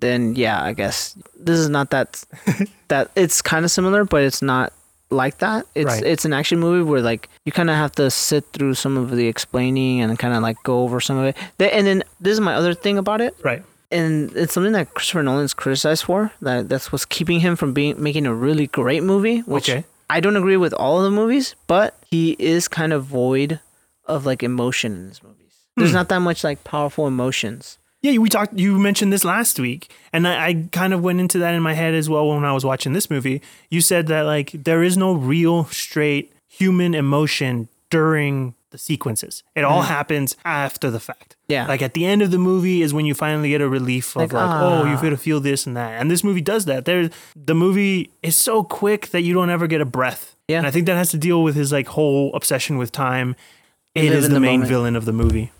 [SPEAKER 1] then yeah, I guess this is not that that it's kind of similar, but it's not like that. It's
[SPEAKER 2] Right.
[SPEAKER 1] it's an action movie where like you kind of have to sit through some of the explaining and kind of like go over some of it. Th- And then this is my other thing about it
[SPEAKER 2] right,
[SPEAKER 1] and it's something that Christopher Nolan's criticized for. That that's what's keeping him from being making a really great movie. Which
[SPEAKER 2] Okay.
[SPEAKER 1] I don't agree with all of the movies, but he is
[SPEAKER 2] Hmm.
[SPEAKER 1] kind of void of like emotion in his movies. There's not that much like powerful emotions.
[SPEAKER 2] Yeah, we talked. You mentioned this last week, and I, I kind of went into that in my head as well when I was watching this movie. You said that like there is no real straight human emotion during the sequences. It all
[SPEAKER 1] Mm-hmm.
[SPEAKER 2] happens after the fact.
[SPEAKER 1] Yeah.
[SPEAKER 2] like at the end of the movie is when you finally get a relief of like,
[SPEAKER 1] Like, ah.
[SPEAKER 2] oh, you've got to feel this and that. And this movie does that. There, the movie is so quick that you don't ever get a breath.
[SPEAKER 1] Yeah.
[SPEAKER 2] and I think that has to deal with his like whole obsession with time. It
[SPEAKER 1] live
[SPEAKER 2] is
[SPEAKER 1] in
[SPEAKER 2] the,
[SPEAKER 1] the
[SPEAKER 2] main
[SPEAKER 1] moment.
[SPEAKER 2] villain of the movie.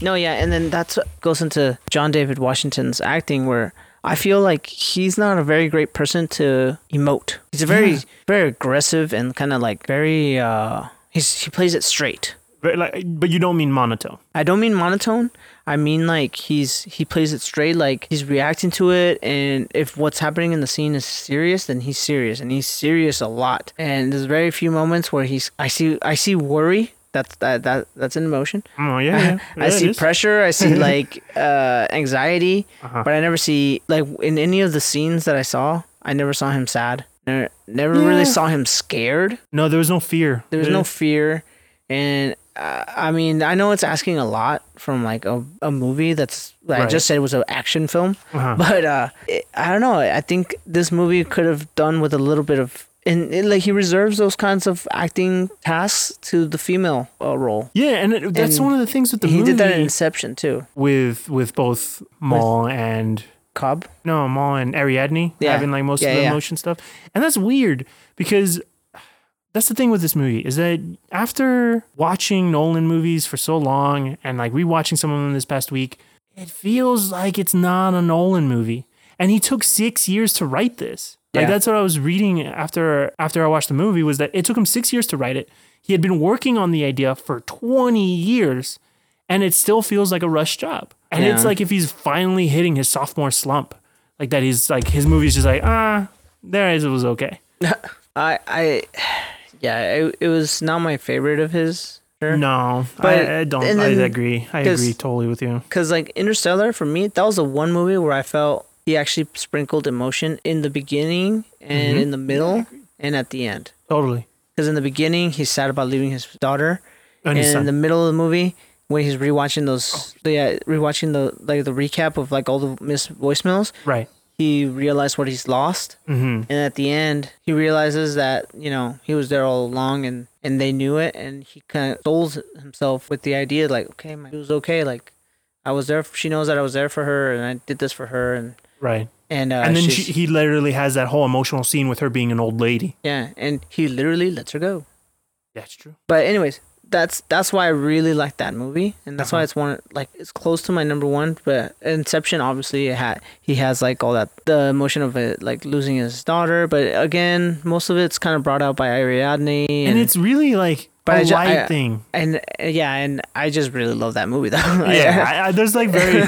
[SPEAKER 1] No, yeah, and then that's what goes into John David Washington's acting, where I feel like he's not a very great person to emote. He's a very,
[SPEAKER 2] Yeah.
[SPEAKER 1] very aggressive and kind of like very. uh He's he plays it straight.
[SPEAKER 2] But, like, but you don't mean monotone.
[SPEAKER 1] I don't mean monotone. I mean like he's he plays it straight. Like he's reacting to it, and if what's happening in the scene is serious, then he's serious, and he's serious a lot. And there's very few moments where he's I see I see worry. That's that, that that's an emotion.
[SPEAKER 2] Oh yeah, yeah. Yeah,
[SPEAKER 1] I
[SPEAKER 2] it
[SPEAKER 1] see
[SPEAKER 2] is.
[SPEAKER 1] pressure. I see like uh, anxiety,
[SPEAKER 2] Uh-huh.
[SPEAKER 1] but I never see like in any of the scenes that I saw. I never saw him sad. Never, never
[SPEAKER 2] Yeah.
[SPEAKER 1] really saw him scared.
[SPEAKER 2] No, there was no fear.
[SPEAKER 1] There was
[SPEAKER 2] There-
[SPEAKER 1] no fear, and uh, I mean, I know it's asking a lot from like a, a movie that's that I
[SPEAKER 2] Right.
[SPEAKER 1] just said was an action film,
[SPEAKER 2] Uh-huh.
[SPEAKER 1] but uh, it, I don't know. I think this movie could have done with a little bit of. And it, like he reserves those kinds of acting tasks to the female uh, role.
[SPEAKER 2] Yeah, and it, that's
[SPEAKER 1] And
[SPEAKER 2] one of the things with the
[SPEAKER 1] he
[SPEAKER 2] movie
[SPEAKER 1] did that in Inception too.
[SPEAKER 2] with with both Maul and
[SPEAKER 1] Cobb.
[SPEAKER 2] no Maul and Ariadne
[SPEAKER 1] Yeah.
[SPEAKER 2] having like most
[SPEAKER 1] Yeah,
[SPEAKER 2] of the
[SPEAKER 1] yeah.
[SPEAKER 2] emotion stuff, and that's weird because that's the thing with this movie is that after watching Nolan movies for so long and like rewatching some of them this past week, it feels like it's not a Nolan movie, and he took six years to write this. Like
[SPEAKER 1] Yeah.
[SPEAKER 2] that's what I was reading after after I watched the movie was that it took him six years to write it. He had been working on the idea for twenty years, and it still feels like a rush job. And it's
[SPEAKER 1] Yeah.
[SPEAKER 2] like if he's finally hitting his sophomore slump, like that he's like his movie's just like ah, there it is, it was okay.
[SPEAKER 1] I, I, yeah, it, it was not my favorite of his.
[SPEAKER 2] No,
[SPEAKER 1] But-
[SPEAKER 2] I, I don't.
[SPEAKER 1] and
[SPEAKER 2] I
[SPEAKER 1] then-
[SPEAKER 2] agree. I
[SPEAKER 1] 'cause-
[SPEAKER 2] agree totally with you.
[SPEAKER 1] Cause like Interstellar for me, that was the one movie where I felt he actually sprinkled emotion in the beginning and in the middle and at the end.
[SPEAKER 2] Totally.
[SPEAKER 1] Cause in the beginning he's sad about leaving his daughter,
[SPEAKER 2] And
[SPEAKER 1] and,
[SPEAKER 2] his
[SPEAKER 1] in
[SPEAKER 2] son.
[SPEAKER 1] the middle of the movie when he's rewatching those, yeah, rewatching the like the recap of like all the missed voicemails,
[SPEAKER 2] right.
[SPEAKER 1] he realized what he's lost.
[SPEAKER 2] Mm-hmm.
[SPEAKER 1] and at the end he realizes that you know he was there all along and and they knew it and he kind of sold himself with the idea like okay my, it was okay like i was there she knows that i was there for her and i did this for her and
[SPEAKER 2] Right.
[SPEAKER 1] and uh,
[SPEAKER 2] and then
[SPEAKER 1] she's-
[SPEAKER 2] she, he literally has that whole emotional scene with her being an old lady.
[SPEAKER 1] yeah and he literally lets her go
[SPEAKER 2] That's true.
[SPEAKER 1] but anyways that's that's why i really like that movie and
[SPEAKER 2] Uh-huh.
[SPEAKER 1] that's why it's one like it's close to my number one but inception obviously it had he has like all that the emotion of it like losing his daughter but again most of it's kind of brought out by ariadne
[SPEAKER 2] And, it's really like
[SPEAKER 1] But
[SPEAKER 2] a
[SPEAKER 1] I ju-
[SPEAKER 2] light
[SPEAKER 1] I-
[SPEAKER 2] thing.
[SPEAKER 1] and uh, yeah, and I just really love that movie though.
[SPEAKER 2] Yeah. I, I, there's like very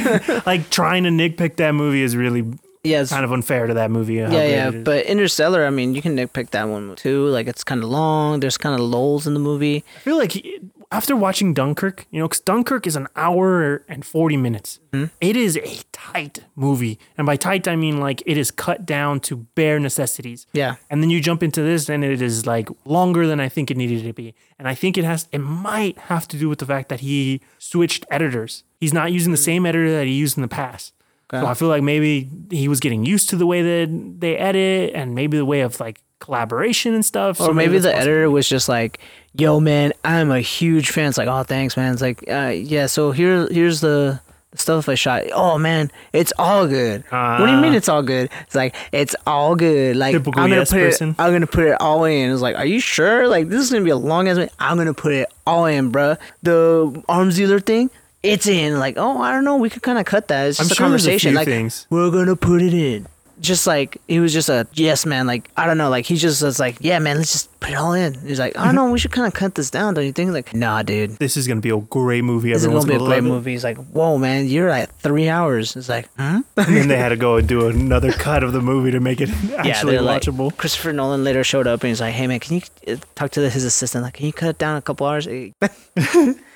[SPEAKER 2] like trying to nitpick that movie is really
[SPEAKER 1] yes,
[SPEAKER 2] kind of unfair to that movie. how
[SPEAKER 1] yeah,
[SPEAKER 2] great
[SPEAKER 1] yeah.
[SPEAKER 2] it is.
[SPEAKER 1] But Interstellar, I mean, you can nitpick that one too. Like it's kind of long. There's kind of lulls in the movie.
[SPEAKER 2] I feel like he- after watching Dunkirk, you know, because Dunkirk is an hour and 40 minutes.
[SPEAKER 1] Hmm?
[SPEAKER 2] It is a tight movie. And by tight, I mean like it is cut down to bare necessities.
[SPEAKER 1] Yeah,
[SPEAKER 2] And then you jump into this and it is like longer than I think it needed to be. And I think it has, it might have to do with the fact that he switched editors. He's not using
[SPEAKER 1] Hmm.
[SPEAKER 2] the same editor that he used in the past. So I feel like maybe he was getting used to the way that they edit and maybe the way of like collaboration and stuff.
[SPEAKER 1] or maybe the editor was just like, "Yo, man, I'm a huge fan." It's like, "Oh, thanks, man." It's like, uh, "Yeah, so here, here's the." Stuff I shot. Oh man, it's all good. what do you mean it's all good? It's like it's all good. Like I'm
[SPEAKER 2] Ah. Typical
[SPEAKER 1] gonna
[SPEAKER 2] yes
[SPEAKER 1] put
[SPEAKER 2] person.
[SPEAKER 1] it. I'm gonna put it all in. It's like, are you sure? Like this is gonna be a long ass. movie. I'm gonna put it all in, bruh. The arms dealer thing, it's in. Like, oh, I don't know. We could kind of cut that. It's
[SPEAKER 2] I'm
[SPEAKER 1] just a
[SPEAKER 2] sure there's a
[SPEAKER 1] conversation.
[SPEAKER 2] few
[SPEAKER 1] like,
[SPEAKER 2] things.
[SPEAKER 1] we're gonna put it in. Just like he was just a yes man. Like I don't know. Like he just was like, yeah, man. Let's just put it all in. He's like, I don't know. We should kind of cut this down, don't you think? Like, nah, dude.
[SPEAKER 2] This is going to be a great movie.
[SPEAKER 1] This is
[SPEAKER 2] Everyone's
[SPEAKER 1] gonna be a
[SPEAKER 2] gonna
[SPEAKER 1] great
[SPEAKER 2] love it.
[SPEAKER 1] movie. He's like, whoa, man. You're at three hours. It's like, hmm.
[SPEAKER 2] and then they had to go and do another cut of the movie to make it actually
[SPEAKER 1] they're like-
[SPEAKER 2] watchable.
[SPEAKER 1] Christopher Nolan later showed up and he's like, "Hey man, can you uh, talk to his assistant? Like, can you cut it down a couple hours?" Eh,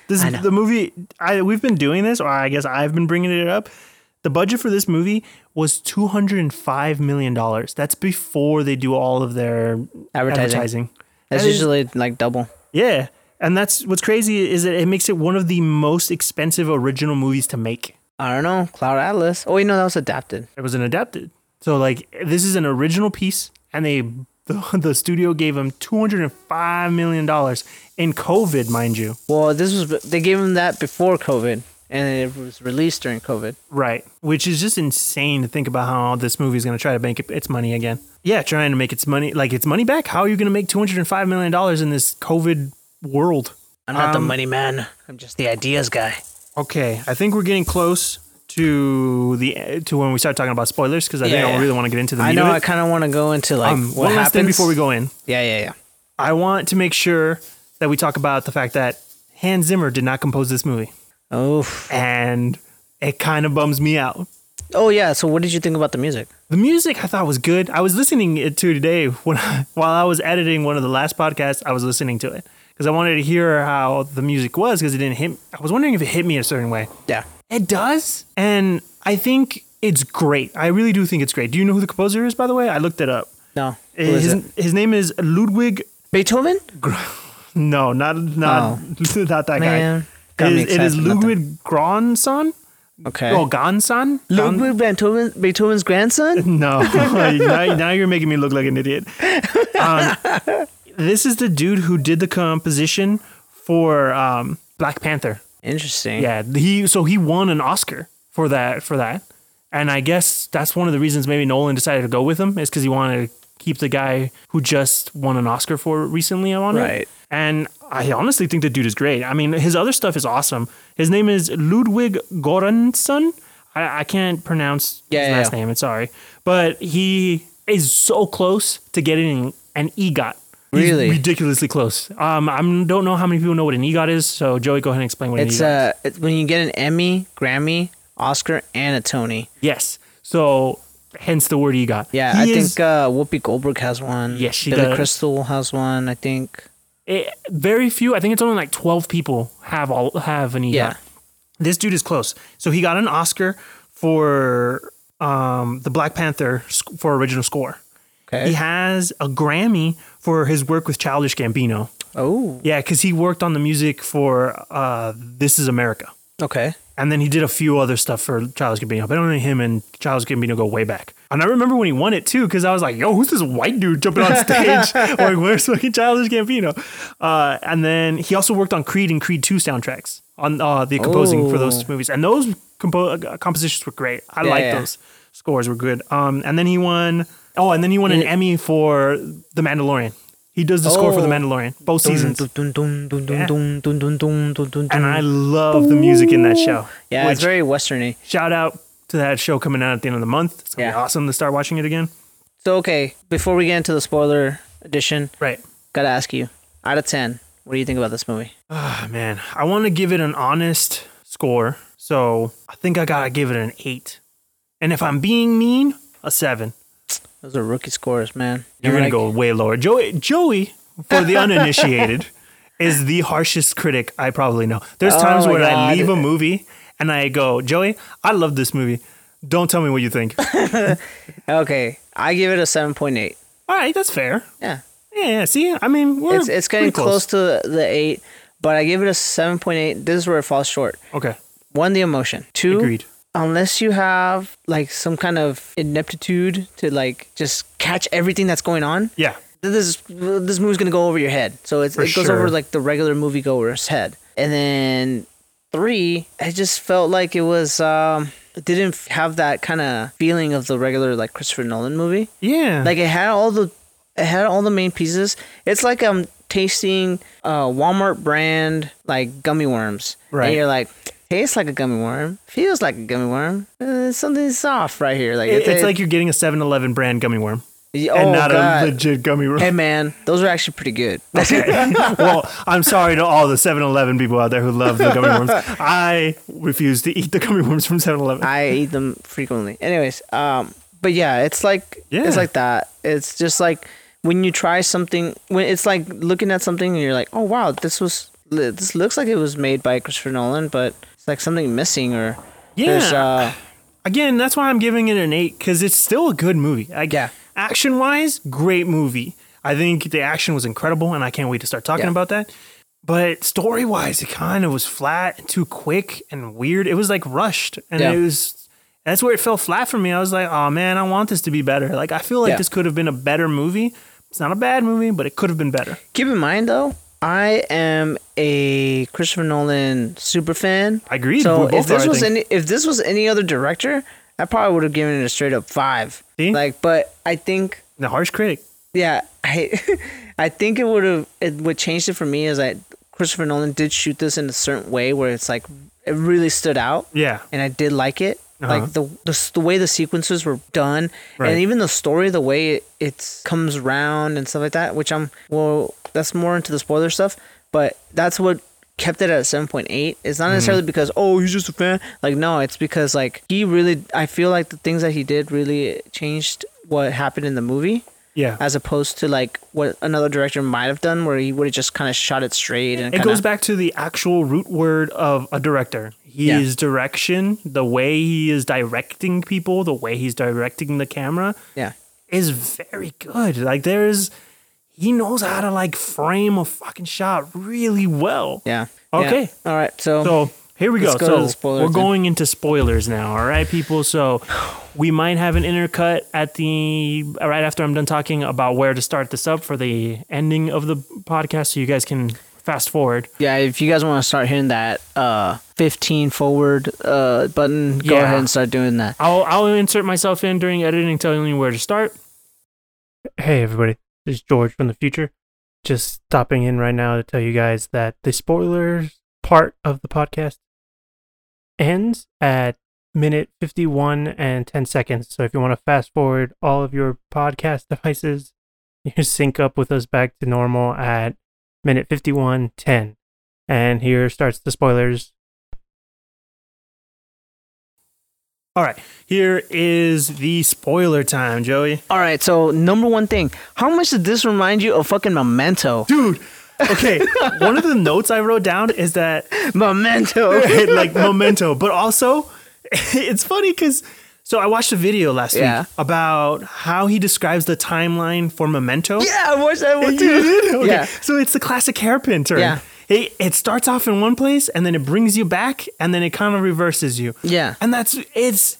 [SPEAKER 2] this
[SPEAKER 1] I know.
[SPEAKER 2] the movie. I we've been doing this, or I guess I've been bringing it up. The budget for this movie was two hundred and five million dollars. That's before they do all of their
[SPEAKER 1] Advertising.
[SPEAKER 2] advertising.
[SPEAKER 1] That's
[SPEAKER 2] That is-
[SPEAKER 1] usually like double.
[SPEAKER 2] yeah, and that's what's crazy is that it makes it one of the most expensive original movies to make.
[SPEAKER 1] I don't know. Cloud Atlas. Oh wait, no, that was adapted.
[SPEAKER 2] It was an adapted. So like this is an original piece, and they the, the studio gave him two hundred and five million dollars in COVID, mind you.
[SPEAKER 1] Well, this was they gave him that before COVID, and it was released during COVID.
[SPEAKER 2] Right, which is just insane to think about how this movie is going to try to make it, its money again. Yeah, trying to make its money like its money back. How are you going to make two hundred and five million dollars in this COVID world?
[SPEAKER 1] I'm not the money man. Um, I'm just the ideas guy.
[SPEAKER 2] Okay, I think we're getting close to the to when we start talking about spoilers because I think I
[SPEAKER 1] Yeah.
[SPEAKER 2] don't really want to get into the.
[SPEAKER 1] I
[SPEAKER 2] meat
[SPEAKER 1] know.
[SPEAKER 2] Of
[SPEAKER 1] I
[SPEAKER 2] it.
[SPEAKER 1] kind of want to go into like
[SPEAKER 2] um,
[SPEAKER 1] what
[SPEAKER 2] one last
[SPEAKER 1] happened
[SPEAKER 2] thing before we go in.
[SPEAKER 1] Yeah, yeah, yeah.
[SPEAKER 2] I want to make sure that we talk about the fact that Hans Zimmer did not compose this movie,
[SPEAKER 1] Oh,
[SPEAKER 2] and it kind of bums me out.
[SPEAKER 1] oh yeah. So what did you think about the music?
[SPEAKER 2] The music I thought was good. I was listening it to today when I, while I was editing one of the last podcasts. I was listening to it because I wanted to hear how the music was because it didn't hit. I was wondering if it hit me a certain way.
[SPEAKER 1] Yeah.
[SPEAKER 2] It does, and I think it's great. I really do think it's great. Do you know who the composer is, by the way? I looked it up.
[SPEAKER 1] No. Who is
[SPEAKER 2] His,
[SPEAKER 1] it?
[SPEAKER 2] his name is Ludwig.
[SPEAKER 1] Beethoven?
[SPEAKER 2] No, not not not that
[SPEAKER 1] Oh. Man,
[SPEAKER 2] guy.
[SPEAKER 1] got
[SPEAKER 2] It
[SPEAKER 1] me
[SPEAKER 2] is, it is
[SPEAKER 1] excited about that.
[SPEAKER 2] Ludwig Granson.
[SPEAKER 1] Okay.
[SPEAKER 2] Oh, um, Ganson. Gan-
[SPEAKER 1] Ludwig Beethoven, Beethoven's grandson?
[SPEAKER 2] No, now, now you're making me look like an idiot. Um, this is the dude who did the composition for um, Black Panther.
[SPEAKER 1] Interesting.
[SPEAKER 2] Yeah, he so he won an Oscar for that for that, and I guess that's one of the reasons maybe Nolan decided to go with him is because he wanted to keep the guy who just won an Oscar for it recently on it.
[SPEAKER 1] Right.
[SPEAKER 2] And I honestly think the dude is great. I mean, his other stuff is awesome. His name is Ludwig Göransson. I, I can't pronounce his
[SPEAKER 1] Yeah, yeah,
[SPEAKER 2] last
[SPEAKER 1] yeah.
[SPEAKER 2] name. I'm sorry, but he is so close to getting an EGOT. He's
[SPEAKER 1] Really?
[SPEAKER 2] ridiculously close. Um, I don't know how many people know what an EGOT is. So Joey, go ahead and explain what an EGOT
[SPEAKER 1] It's
[SPEAKER 2] is.
[SPEAKER 1] uh it's when you get an Emmy, Grammy, Oscar, and a Tony.
[SPEAKER 2] Yes. So hence the word E EGOT.
[SPEAKER 1] Yeah,
[SPEAKER 2] He
[SPEAKER 1] I
[SPEAKER 2] is
[SPEAKER 1] think uh, Whoopi Goldberg has one.
[SPEAKER 2] Yes, she
[SPEAKER 1] Billy
[SPEAKER 2] does.
[SPEAKER 1] Crystal has one, I think.
[SPEAKER 2] eh, very few. I think it's only like twelve people have all have an E
[SPEAKER 1] Yeah.
[SPEAKER 2] EGOT. This dude is close. So he got an Oscar for um, the Black Panther sc- for original score.
[SPEAKER 1] Okay.
[SPEAKER 2] He has a Grammy for his work with Childish Gambino.
[SPEAKER 1] oh.
[SPEAKER 2] Yeah, because he worked on the music for uh, This Is America.
[SPEAKER 1] Okay.
[SPEAKER 2] And then he did a few other stuff for Charles Gambino, but only him and Charles Gambino go way back. And I remember when he won it too, because I was like, "Yo, who's this white dude jumping on stage? like, where's fucking Charles Gambino?" Uh, and then he also worked on Creed and Creed Two soundtracks on uh, the composing for those
[SPEAKER 1] Oh.
[SPEAKER 2] movies, and those compo- uh, compositions were great. I
[SPEAKER 1] Yeah,
[SPEAKER 2] like
[SPEAKER 1] yeah.
[SPEAKER 2] those scores were good. Um, and then he won. Oh, and then he won an Emmy for The Mandalorian. He does the score for The
[SPEAKER 1] Oh.
[SPEAKER 2] Mandalorian, both seasons, Yeah. and
[SPEAKER 1] And
[SPEAKER 2] I love the music in that show.
[SPEAKER 1] Yeah,
[SPEAKER 2] which-
[SPEAKER 1] it's very westerny.
[SPEAKER 2] shout out to that show coming out at the end of the month. It's gonna be
[SPEAKER 1] Yeah.
[SPEAKER 2] awesome to start watching it again.
[SPEAKER 1] So okay, before we get into the spoiler edition,
[SPEAKER 2] Right.
[SPEAKER 1] gotta ask you, out of ten, what do you think about this movie?
[SPEAKER 2] Ah, man, I want to give it an honest score, so I think I gotta give it an eight. And if I'm being mean, a seven.
[SPEAKER 1] Those are rookie scores, man.
[SPEAKER 2] You're gonna go way lower. Joey, Joey, for the uninitiated, is the harshest critic I probably know. There's
[SPEAKER 1] Oh
[SPEAKER 2] times
[SPEAKER 1] my
[SPEAKER 2] where I
[SPEAKER 1] God.
[SPEAKER 2] leave a movie and I go, Joey, I love this movie. Don't tell me what you think.
[SPEAKER 1] go. Okay, I give it a seven point eight.
[SPEAKER 2] All right, that's fair.
[SPEAKER 1] Yeah,
[SPEAKER 2] Yeah, see, I mean, we're
[SPEAKER 1] it's it's getting
[SPEAKER 2] pretty
[SPEAKER 1] close. to the eight, but I give it a seven point eight. This is where it falls short.
[SPEAKER 2] Okay,
[SPEAKER 1] One, the emotion. Two,
[SPEAKER 2] agreed.
[SPEAKER 1] unless you have like some kind of ineptitude to like just catch everything that's going on,
[SPEAKER 2] Yeah,
[SPEAKER 1] this this movie's gonna go over your head. So it's,
[SPEAKER 2] For
[SPEAKER 1] it goes
[SPEAKER 2] sure.
[SPEAKER 1] over like the regular moviegoer's head. And then three, I just felt like it was um, it didn't have that kind of feeling of the regular like Christopher Nolan movie.
[SPEAKER 2] yeah.
[SPEAKER 1] Like it had all the it had all the main pieces. It's like I'm tasting uh, Walmart brand like gummy worms.
[SPEAKER 2] Right.
[SPEAKER 1] And you're like. Tastes like a gummy worm. Feels like a gummy worm. Uh, something's off right here. Like
[SPEAKER 2] It- it's
[SPEAKER 1] it-
[SPEAKER 2] like you're getting a 7-Eleven brand gummy worm
[SPEAKER 1] oh
[SPEAKER 2] and not
[SPEAKER 1] god.
[SPEAKER 2] a legit gummy worm.
[SPEAKER 1] hey man, those are actually pretty good.
[SPEAKER 2] well, I'm sorry to all the 7-Eleven people out there who love the gummy worms. I refuse to eat the gummy worms from 7-Eleven.
[SPEAKER 1] I eat them frequently. Anyways, um, but yeah, it's like
[SPEAKER 2] Yeah.
[SPEAKER 1] it's like that. It's just like when you try something. When it's like looking at something and you're like, oh wow, this was this looks like it was made by Christopher Nolan, but it's like something missing or there's,
[SPEAKER 2] Yeah.
[SPEAKER 1] uh,
[SPEAKER 2] Again, that's why I'm giving it an 8 cuz it's still a good movie. Like,
[SPEAKER 1] Yeah.
[SPEAKER 2] Action-wise, great movie. I think the action was incredible and I can't wait to start talking
[SPEAKER 1] Yeah.
[SPEAKER 2] about that. But story wise, it kind of was flat, and too quick, and weird. It was like rushed, and
[SPEAKER 1] Yeah.
[SPEAKER 2] it was. That's where it fell flat for me. I was like, oh man, I want this to be better. Like I feel like
[SPEAKER 1] Yeah.
[SPEAKER 2] this could have been a better movie. It's not a bad movie, but it could have been better.
[SPEAKER 1] Keep in mind though, I am a Christopher Nolan super fan.
[SPEAKER 2] I agree.
[SPEAKER 1] So
[SPEAKER 2] We both
[SPEAKER 1] if this
[SPEAKER 2] are, I
[SPEAKER 1] was
[SPEAKER 2] think.
[SPEAKER 1] any if this was any other director, I probably would have given it a straight up five.
[SPEAKER 2] See?
[SPEAKER 1] Like, but I think
[SPEAKER 2] The harsh critic.
[SPEAKER 1] yeah, I I think it would have it would changed it for me is that Christopher Nolan did shoot this in a certain way where it's like it really stood out
[SPEAKER 2] Yeah.
[SPEAKER 1] and I did like it.
[SPEAKER 2] Uh-huh.
[SPEAKER 1] Like the, the s- the way the sequences were done,
[SPEAKER 2] Right.
[SPEAKER 1] and even the story, the way it, it comes round and stuff like that. Which I'm well, that's more into the spoiler stuff, but that's what kept it at seven point eight. It's
[SPEAKER 2] Mm-hmm.
[SPEAKER 1] not necessarily because oh he's just a fan. Like no, it's because like he really. I feel like the things that he did really changed what happened in the movie,
[SPEAKER 2] Yeah.
[SPEAKER 1] as opposed to like what another director might have done, where he would have just kind of shot it straight and
[SPEAKER 2] it
[SPEAKER 1] kinda,
[SPEAKER 2] goes back to the actual root word of a director.
[SPEAKER 1] Yeah.
[SPEAKER 2] His direction, the way he is directing people, the way he's directing the camera
[SPEAKER 1] Yeah,
[SPEAKER 2] is very good. Like there's he knows how to like frame a fucking shot really well.
[SPEAKER 1] yeah.
[SPEAKER 2] Okay.
[SPEAKER 1] Yeah. All right.
[SPEAKER 2] So here we
[SPEAKER 1] Let's
[SPEAKER 2] go.
[SPEAKER 1] go to the
[SPEAKER 2] so
[SPEAKER 1] spoilers
[SPEAKER 2] we're
[SPEAKER 1] then.
[SPEAKER 2] going into spoilers now, all right, people. So we might have an intercut at the right after I'm done talking about where to start this up for the ending of the podcast, so you guys can fast forward.
[SPEAKER 1] yeah if you guys want to start hitting that uh 15 forward uh button go
[SPEAKER 2] Yeah.
[SPEAKER 1] ahead and start doing that
[SPEAKER 2] I'll I'll insert myself in during editing, telling you where to start.
[SPEAKER 3] Hey everybody, this is George from the future. Just stopping in right now to tell you guys that the spoilers part of the podcast ends at minute 51 and 10 seconds. So if you want to fast forward all of your podcast devices, you sync up with us back to normal at minute 51 10. And here starts the spoilers.
[SPEAKER 2] All right, here is the spoiler time, Joey.
[SPEAKER 1] all right so number one thing how much did this remind you of fucking memento
[SPEAKER 2] Dude, okay. one of the notes I wrote down is that
[SPEAKER 1] memento
[SPEAKER 2] right, like memento, but also it's funny because so I watched a video last
[SPEAKER 1] Yeah.
[SPEAKER 2] week about how he describes the timeline for memento.
[SPEAKER 1] yeah i watched that one
[SPEAKER 2] You
[SPEAKER 1] too
[SPEAKER 2] did? Okay.
[SPEAKER 1] yeah
[SPEAKER 2] So it's the classic hairpin turn.
[SPEAKER 1] Yeah.
[SPEAKER 2] It, it starts off in one place and then it brings you back and then it kind of reverses you.
[SPEAKER 1] Yeah.
[SPEAKER 2] And that's it's it's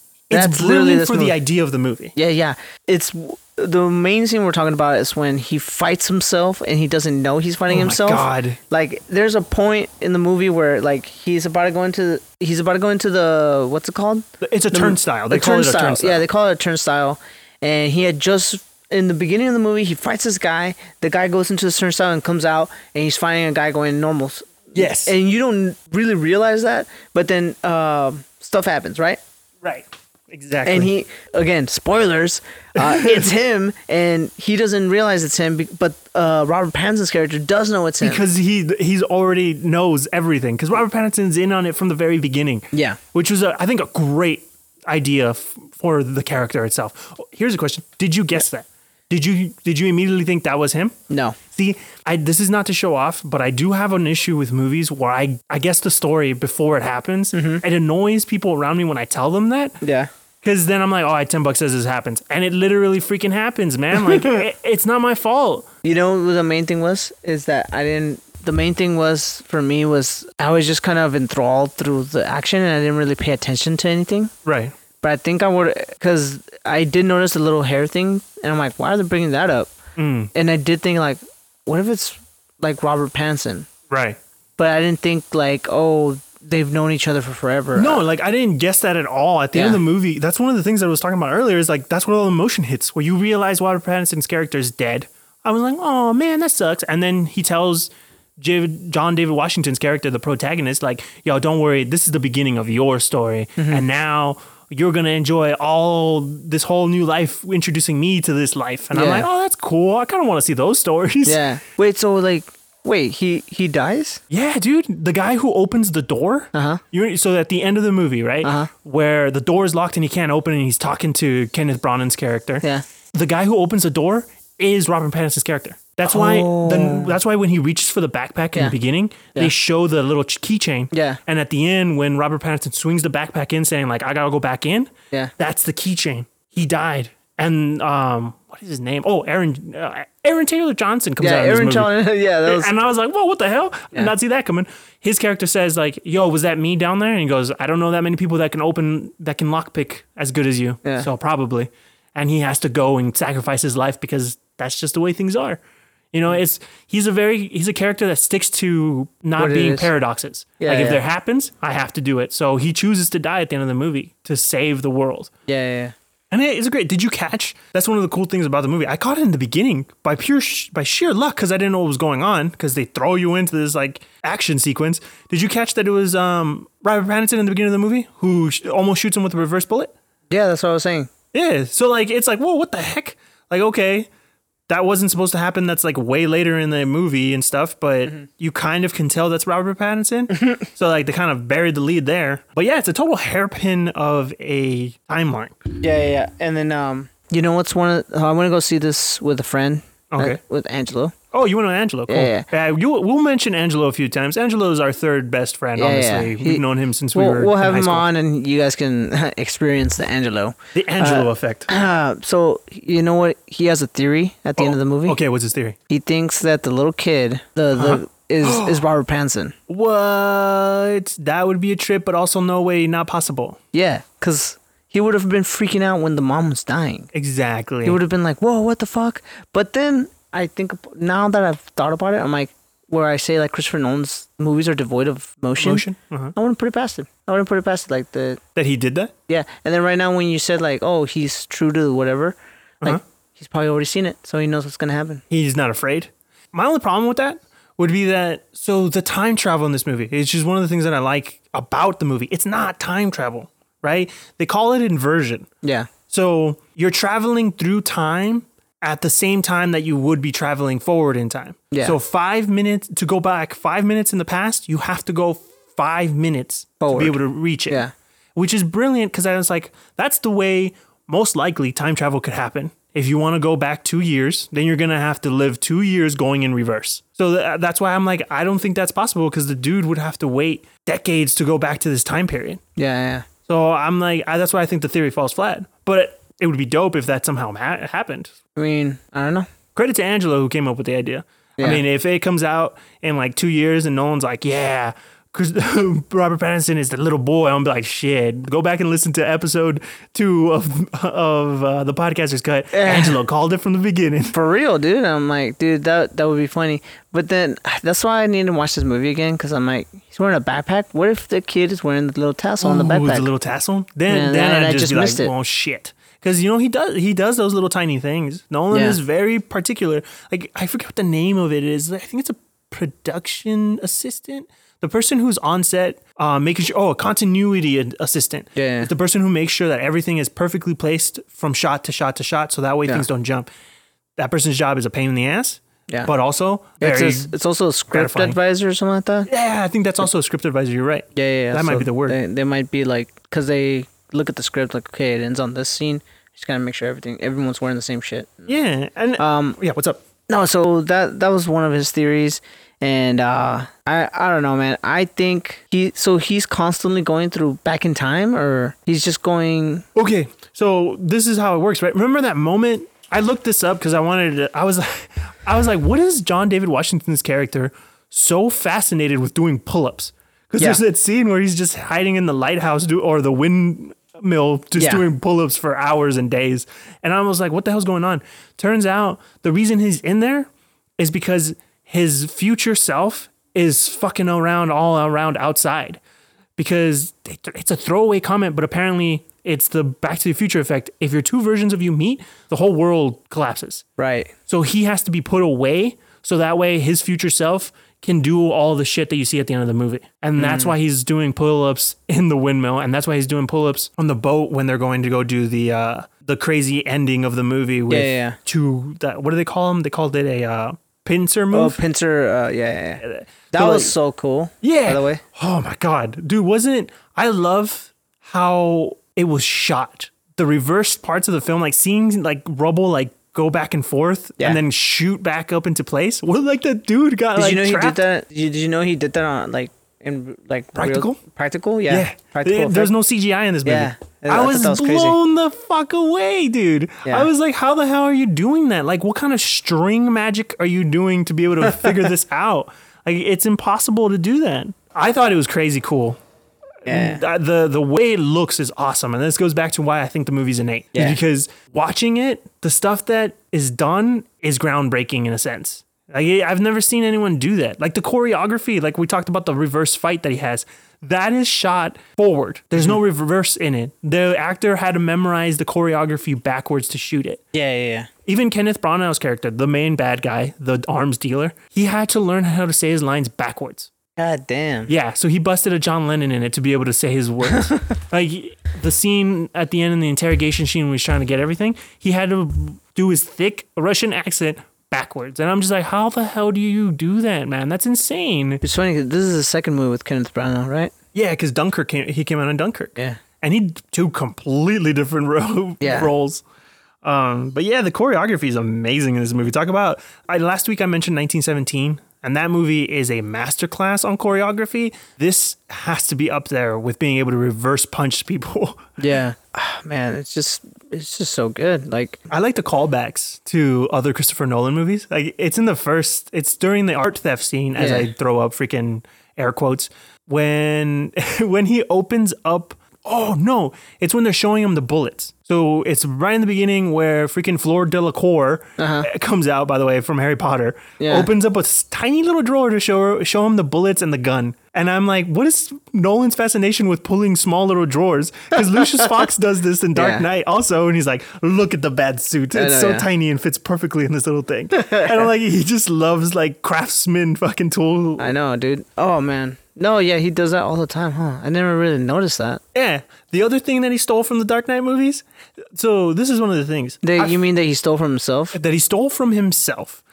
[SPEAKER 1] That's literally
[SPEAKER 2] brilliant
[SPEAKER 1] this
[SPEAKER 2] for
[SPEAKER 1] movie.
[SPEAKER 2] the idea of the movie.
[SPEAKER 1] yeah yeah it's the main scene we're talking about is when he fights himself and he doesn't know he's fighting
[SPEAKER 2] Oh my
[SPEAKER 1] himself
[SPEAKER 2] God.
[SPEAKER 1] like there's a point in the movie where like he's about to go into he's about to go into the what's it called
[SPEAKER 2] It's a
[SPEAKER 1] The-
[SPEAKER 2] turnstile. They
[SPEAKER 1] the
[SPEAKER 2] call
[SPEAKER 1] turnstile.
[SPEAKER 2] it a turnstile.
[SPEAKER 1] Yeah, they call it a turnstile. And he had just in the beginning of the movie, he fights this guy. The guy goes into the turnstile and comes out, and he's fighting a guy going normal.
[SPEAKER 2] yes.
[SPEAKER 1] And you don't really realize that, but then uh, stuff happens, right?
[SPEAKER 2] right. Exactly.
[SPEAKER 1] And he again, spoilers. Uh, it's him, and he doesn't realize it's him. be- But uh, Robert Pattinson's character does know it's him.
[SPEAKER 2] because he he's already knows everything because Robert Pattinson's in on it from the very beginning.
[SPEAKER 1] Yeah.
[SPEAKER 2] which was a, I think a great idea f- for the character itself. Here's a question: Did you guess that? Did you did you immediately think that was him?
[SPEAKER 1] no.
[SPEAKER 2] See, I, this is not to show off, but I do have an issue with movies where I, I guess the story before it happens.
[SPEAKER 1] Mm-hmm.
[SPEAKER 2] It annoys people around me when I tell them that.
[SPEAKER 1] Yeah.
[SPEAKER 2] Because then I'm like, oh, 10 bucks says this happens. And it literally freaking happens, man. Like, it, it's not my fault.
[SPEAKER 1] You know what the main thing was is that I didn't. The main thing was for me was I was just kind of enthralled through the action and I didn't really pay attention to anything.
[SPEAKER 2] Right.
[SPEAKER 1] But I think I would because I did notice the little hair thing and I'm like, why are they bringing that up? Mm. And I did think like, what if it's like Robert Pattinson?
[SPEAKER 2] Right.
[SPEAKER 1] But I didn't think like, oh, they've known each other for forever.
[SPEAKER 2] No, like I didn't guess that at all. At the end of
[SPEAKER 1] Yeah.
[SPEAKER 2] the movie, that's one of the things I was talking about earlier. Is like that's where all the emotion hits, where you realize Robert Pattinson's character is dead. I was like, oh man, that sucks. And then he tells Jav- John David Washington's character, the protagonist, like, yo, don't worry, this is the beginning of your story,
[SPEAKER 1] Mm-hmm.
[SPEAKER 2] and now you're gonna enjoy all this whole new life, introducing me to this life. And I'm
[SPEAKER 1] Yeah.
[SPEAKER 2] like, oh, that's cool. I kind of want to see those stories.
[SPEAKER 1] Yeah. Wait. So like, wait, he he dies?
[SPEAKER 2] Yeah, dude, the guy who opens the door.
[SPEAKER 1] Uh-huh.
[SPEAKER 2] You so at the end of the movie, right? Uh-huh. Where the door is locked and he can't open, and he's talking to Kenneth Branagh's character.
[SPEAKER 1] Yeah.
[SPEAKER 2] The guy who opens the door is Robert Pattinson's character. That's why. The, that's why when he reaches for the backpack
[SPEAKER 1] Oh.
[SPEAKER 2] in
[SPEAKER 1] Yeah.
[SPEAKER 2] the beginning,
[SPEAKER 1] Yeah.
[SPEAKER 2] they show the little ch- keychain.
[SPEAKER 1] Yeah.
[SPEAKER 2] And at the end, when Robert Pattinson swings the backpack in, saying like, "I gotta go back in,"
[SPEAKER 1] Yeah.
[SPEAKER 2] that's the keychain. He died, and um, what is his name? Oh, Aaron uh, Aaron Taylor Johnson comes
[SPEAKER 1] yeah,
[SPEAKER 2] out. in this
[SPEAKER 1] Aaron
[SPEAKER 2] movie.
[SPEAKER 1] John. Yeah, that was.
[SPEAKER 2] and I was like, "Whoa, what the hell?
[SPEAKER 1] Yeah.
[SPEAKER 2] Did not see that coming." His character says, "Like, yo, was that me down there?" And he goes, "I don't know that many people that can open that can lockpick as good as you,
[SPEAKER 1] Yeah.
[SPEAKER 2] so probably." And he has to go and sacrifice his life because that's just the way things are. You know, it's he's a very he's a character that sticks to not
[SPEAKER 1] What it
[SPEAKER 2] being
[SPEAKER 1] is.
[SPEAKER 2] paradoxes.
[SPEAKER 1] Yeah,
[SPEAKER 2] like if
[SPEAKER 1] yeah.
[SPEAKER 2] there happens, I have to do it. So he chooses to die at the end of the movie to save the world.
[SPEAKER 1] Yeah, yeah, yeah.
[SPEAKER 2] And it is great. Did you catch? That's one of the cool things about the movie. I caught it in the beginning by pure sh- by sheer luck because I didn't know what was going on because they throw you into this like action sequence. Did you catch that it was um Robert Pattinson in the beginning of the movie who sh- almost shoots him with a reverse bullet?
[SPEAKER 1] Yeah, that's what I was saying.
[SPEAKER 2] Yeah. So like it's like whoa, what the heck? Like okay, that wasn't supposed to happen. That's like way later in the movie and stuff, but you kind of can tell that's Robert Pattinson. so like they kind of buried the lead there. But yeah, it's a total hairpin of a timeline.
[SPEAKER 1] Yeah, yeah, yeah. And then um, you know what's one of I want to go see this with a friend.
[SPEAKER 2] Okay.
[SPEAKER 1] uh, with Angelo.
[SPEAKER 2] Oh, you went on Angelo. Cool.
[SPEAKER 1] Yeah,
[SPEAKER 2] Yeah, you, we'll mention Angelo a few times. Angelo is our third best friend.
[SPEAKER 1] Yeah,
[SPEAKER 2] honestly,
[SPEAKER 1] yeah.
[SPEAKER 2] we've
[SPEAKER 1] He-
[SPEAKER 2] known him since we
[SPEAKER 1] We'll,
[SPEAKER 2] were.
[SPEAKER 1] we'll
[SPEAKER 2] in
[SPEAKER 1] have
[SPEAKER 2] high
[SPEAKER 1] him
[SPEAKER 2] school.
[SPEAKER 1] on, and you guys can experience the Angelo.
[SPEAKER 2] The Angelo effect.
[SPEAKER 1] Uh, so you know what? He has a theory at the end of the movie.
[SPEAKER 2] Oh, Okay, Uh-huh. what's his theory?
[SPEAKER 1] He thinks that the little kid, the, the is is Robert Pattinson.
[SPEAKER 2] What? That would be a trip, but also no way, not possible.
[SPEAKER 1] Yeah, because he would have been freaking out when the mom was dying.
[SPEAKER 2] Exactly.
[SPEAKER 1] He would have been like, "Whoa, what the fuck?" But then I think ab- now that I've thought about it, I'm like, where I say like Christopher Nolan's movies are devoid of motion.
[SPEAKER 2] Motion? Uh-huh.
[SPEAKER 1] I wouldn't put it past him. I wouldn't put it past it. Like the
[SPEAKER 2] That he did that.
[SPEAKER 1] yeah. And then right now when you said like, "Oh, he's true to whatever," like
[SPEAKER 2] Uh-huh.
[SPEAKER 1] he's probably already seen it, so he knows what's gonna happen.
[SPEAKER 2] He's not afraid. My only problem with that would be that so the time travel in this movie is just one of the things that I like about the movie. It's not time travel, right? They call it inversion.
[SPEAKER 1] Yeah.
[SPEAKER 2] So you're traveling through time at the same time that you would be traveling forward in time.
[SPEAKER 1] Yeah.
[SPEAKER 2] So five minutes to go back, five minutes in the past, you have to go five minutes
[SPEAKER 1] Forward.
[SPEAKER 2] to be able to reach it.
[SPEAKER 1] Yeah.
[SPEAKER 2] Which is brilliant because I was like, that's the way most likely time travel could happen. If you want to go back two years, then you're going to have to live two years going in reverse. So tha- that's why I'm like, I don't think that's possible because the dude would have to wait decades to go back to this time period.
[SPEAKER 1] Yeah. Yeah.
[SPEAKER 2] So I'm like, I, that's why I think the theory falls flat. But it, it would be dope if that somehow ha- happened.
[SPEAKER 1] I mean, I don't know.
[SPEAKER 2] Credit to Angelo who came up with the idea.
[SPEAKER 1] Yeah.
[SPEAKER 2] I mean, if it comes out in like two years and no one's like, yeah, Chris, Robert Pattinson is the little boy, I'm gonna be like, shit, go back and listen to episode two of of uh, the podcaster's cut. Angelo called it from the beginning.
[SPEAKER 1] For real, dude. I'm like, dude, that that would be funny. But then that's why I need to watch this movie again because I'm like, he's wearing a backpack. What if the kid is wearing the little tassel on the
[SPEAKER 2] Ooh,
[SPEAKER 1] backpack?
[SPEAKER 2] the little tassel. Then,
[SPEAKER 1] Yeah,
[SPEAKER 2] then,
[SPEAKER 1] then
[SPEAKER 2] I'd
[SPEAKER 1] I
[SPEAKER 2] just,
[SPEAKER 1] just
[SPEAKER 2] be
[SPEAKER 1] missed
[SPEAKER 2] like,
[SPEAKER 1] it.
[SPEAKER 2] oh shit. Because you know he does he does those little tiny things. Nolan
[SPEAKER 1] Yeah.
[SPEAKER 2] is very particular. Like I forget what the name of it is. I think it's a production assistant, the person who's on set, uh, making sure. Oh, a continuity ad- assistant.
[SPEAKER 1] Yeah.
[SPEAKER 2] It's the person who makes sure that everything is perfectly placed from shot to shot to shot, so that way things don't jump. That person's job is a pain in the ass.
[SPEAKER 1] Yeah.
[SPEAKER 2] But also
[SPEAKER 1] it's,
[SPEAKER 2] very.
[SPEAKER 1] a- it's also a script
[SPEAKER 2] gratifying.
[SPEAKER 1] advisor or something like that.
[SPEAKER 2] yeah, I think that's also a script advisor. You're right.
[SPEAKER 1] Yeah, yeah. yeah.
[SPEAKER 2] That might
[SPEAKER 1] So
[SPEAKER 2] be the word.
[SPEAKER 1] They, they might be like, because they look at the script like, okay, it ends on this scene. Just gotta make sure everything, everyone's wearing the same shit.
[SPEAKER 2] yeah. And
[SPEAKER 1] Um,
[SPEAKER 2] yeah. What's up?
[SPEAKER 1] no, so that that was one of his theories, and uh, I I don't know, man. I think he so he's constantly going through back in time, or he's just going.
[SPEAKER 2] Okay, so this is how it works, right? Remember that moment? I looked this up because I wanted to. I was, I was like, what is John David Washington's character so fascinated with doing pull-ups? Because
[SPEAKER 1] Yeah.
[SPEAKER 2] there's that scene where he's just hiding in the lighthouse do, or the windmill, just
[SPEAKER 1] Yeah.
[SPEAKER 2] doing pull-ups for hours and days. And I was like, what the hell's going on? Turns out the reason he's in there is because his future self is fucking around all around outside because they- it's a throwaway comment, but apparently it's the Back to the Future effect. If your two versions of you meet, the whole world collapses.
[SPEAKER 1] Right.
[SPEAKER 2] So he has to be put away so that way his future self can do all the shit that you see at the end of the movie. And
[SPEAKER 1] Hmm.
[SPEAKER 2] that's why he's doing pull-ups in the windmill and that's why he's doing pull-ups on the boat when they're going to go do the uh the crazy ending of the movie with
[SPEAKER 1] Yeah, yeah, yeah.
[SPEAKER 2] two that what do they call them? They called it a uh pincer
[SPEAKER 1] Oh,
[SPEAKER 2] move.
[SPEAKER 1] Pincer. Uh, yeah, yeah, yeah. That
[SPEAKER 2] So,
[SPEAKER 1] was
[SPEAKER 2] like-
[SPEAKER 1] so cool.
[SPEAKER 2] Yeah.
[SPEAKER 1] By the way.
[SPEAKER 2] Oh my god, dude, wasn't I love how it was shot. The reversed parts of the film, like seeing like rubble like go back and forth
[SPEAKER 1] Yeah.
[SPEAKER 2] and then shoot back up into place. What like that dude got
[SPEAKER 1] Did
[SPEAKER 2] like
[SPEAKER 1] you know he did
[SPEAKER 2] trapped.
[SPEAKER 1] that? Did you, did you know he did that on like in like real-
[SPEAKER 2] Practical?
[SPEAKER 1] practical, yeah,
[SPEAKER 2] Yeah.
[SPEAKER 1] practical.
[SPEAKER 2] There- there's
[SPEAKER 1] effect.
[SPEAKER 2] no CGI in this movie.
[SPEAKER 1] Yeah. I
[SPEAKER 2] I
[SPEAKER 1] thought
[SPEAKER 2] was,
[SPEAKER 1] that was crazy.
[SPEAKER 2] blown the fuck away, dude.
[SPEAKER 1] Yeah.
[SPEAKER 2] I was like, how the hell are you doing that? Like, what kind of string magic are you doing to be able to figure this out? Like, it's impossible to do that. I thought it was crazy cool.
[SPEAKER 1] yeah,
[SPEAKER 2] Th- Uh, The the way it looks is awesome, and this goes back to why I think the movie's an eight.
[SPEAKER 1] Yeah.
[SPEAKER 2] Because watching it, the stuff that is done is groundbreaking in a sense. Like I- I've never seen anyone do that. Like the choreography, like we talked about the reverse fight that he has, that is shot forward. There's no reverse in it. The actor had to memorize the choreography backwards to shoot it
[SPEAKER 1] yeah, yeah, yeah.
[SPEAKER 2] even Kenneth Branagh's character, the main bad guy, the arms dealer, he had to learn how to say his lines backwards.
[SPEAKER 1] God damn.
[SPEAKER 2] Yeah, so he busted a John Lennon in it to be able to say his words. like the scene at the end in the interrogation scene, when he's trying to get everything. He had to do his thick Russian accent backwards, and I'm just like, how the hell do you do that, man? That's insane.
[SPEAKER 1] It's funny 'cause this is the second movie with Kenneth Branagh, right?
[SPEAKER 2] Yeah, because Dunkirk came, he came out in Dunkirk.
[SPEAKER 1] Yeah.
[SPEAKER 2] and he two completely different ro-
[SPEAKER 1] Yeah.
[SPEAKER 2] roles. Um, but yeah, the choreography is amazing in this movie. Talk about I, last week I mentioned 1917, and that movie is a masterclass on choreography. This has to be up there with being able to reverse punch people.
[SPEAKER 1] Yeah. Ah, man, it's just it's just so good. Like
[SPEAKER 2] I like the callbacks to other Christopher Nolan movies. Like it's in the first, it's during the art theft scene as
[SPEAKER 1] Yeah.
[SPEAKER 2] I throw up freaking air quotes when when he opens up. Oh no! It's when they're showing him the bullets. So it's right in the beginning where freaking Fleur Delacour uh comes out. By the way, from Harry Potter,
[SPEAKER 1] Uh-huh. Yeah.
[SPEAKER 2] opens up a s- tiny little drawer to show show him the bullets and the gun. And I'm like, what is Nolan's fascination with pulling small little drawers? Because Lucius Fox does this in Dark
[SPEAKER 1] Yeah.
[SPEAKER 2] Knight night also and he's like look at the bad suit it's
[SPEAKER 1] know,
[SPEAKER 2] so
[SPEAKER 1] yeah.
[SPEAKER 2] tiny and fits perfectly in this little thing and i'm like he just loves like craftsman fucking tool
[SPEAKER 1] I know, dude. Oh man. No, yeah, he does that all the time, huh? I never really noticed that.
[SPEAKER 2] yeah the other thing that he stole from the dark knight movies so this is one of the things
[SPEAKER 1] They, you mean that he stole from himself?
[SPEAKER 2] that he stole from himself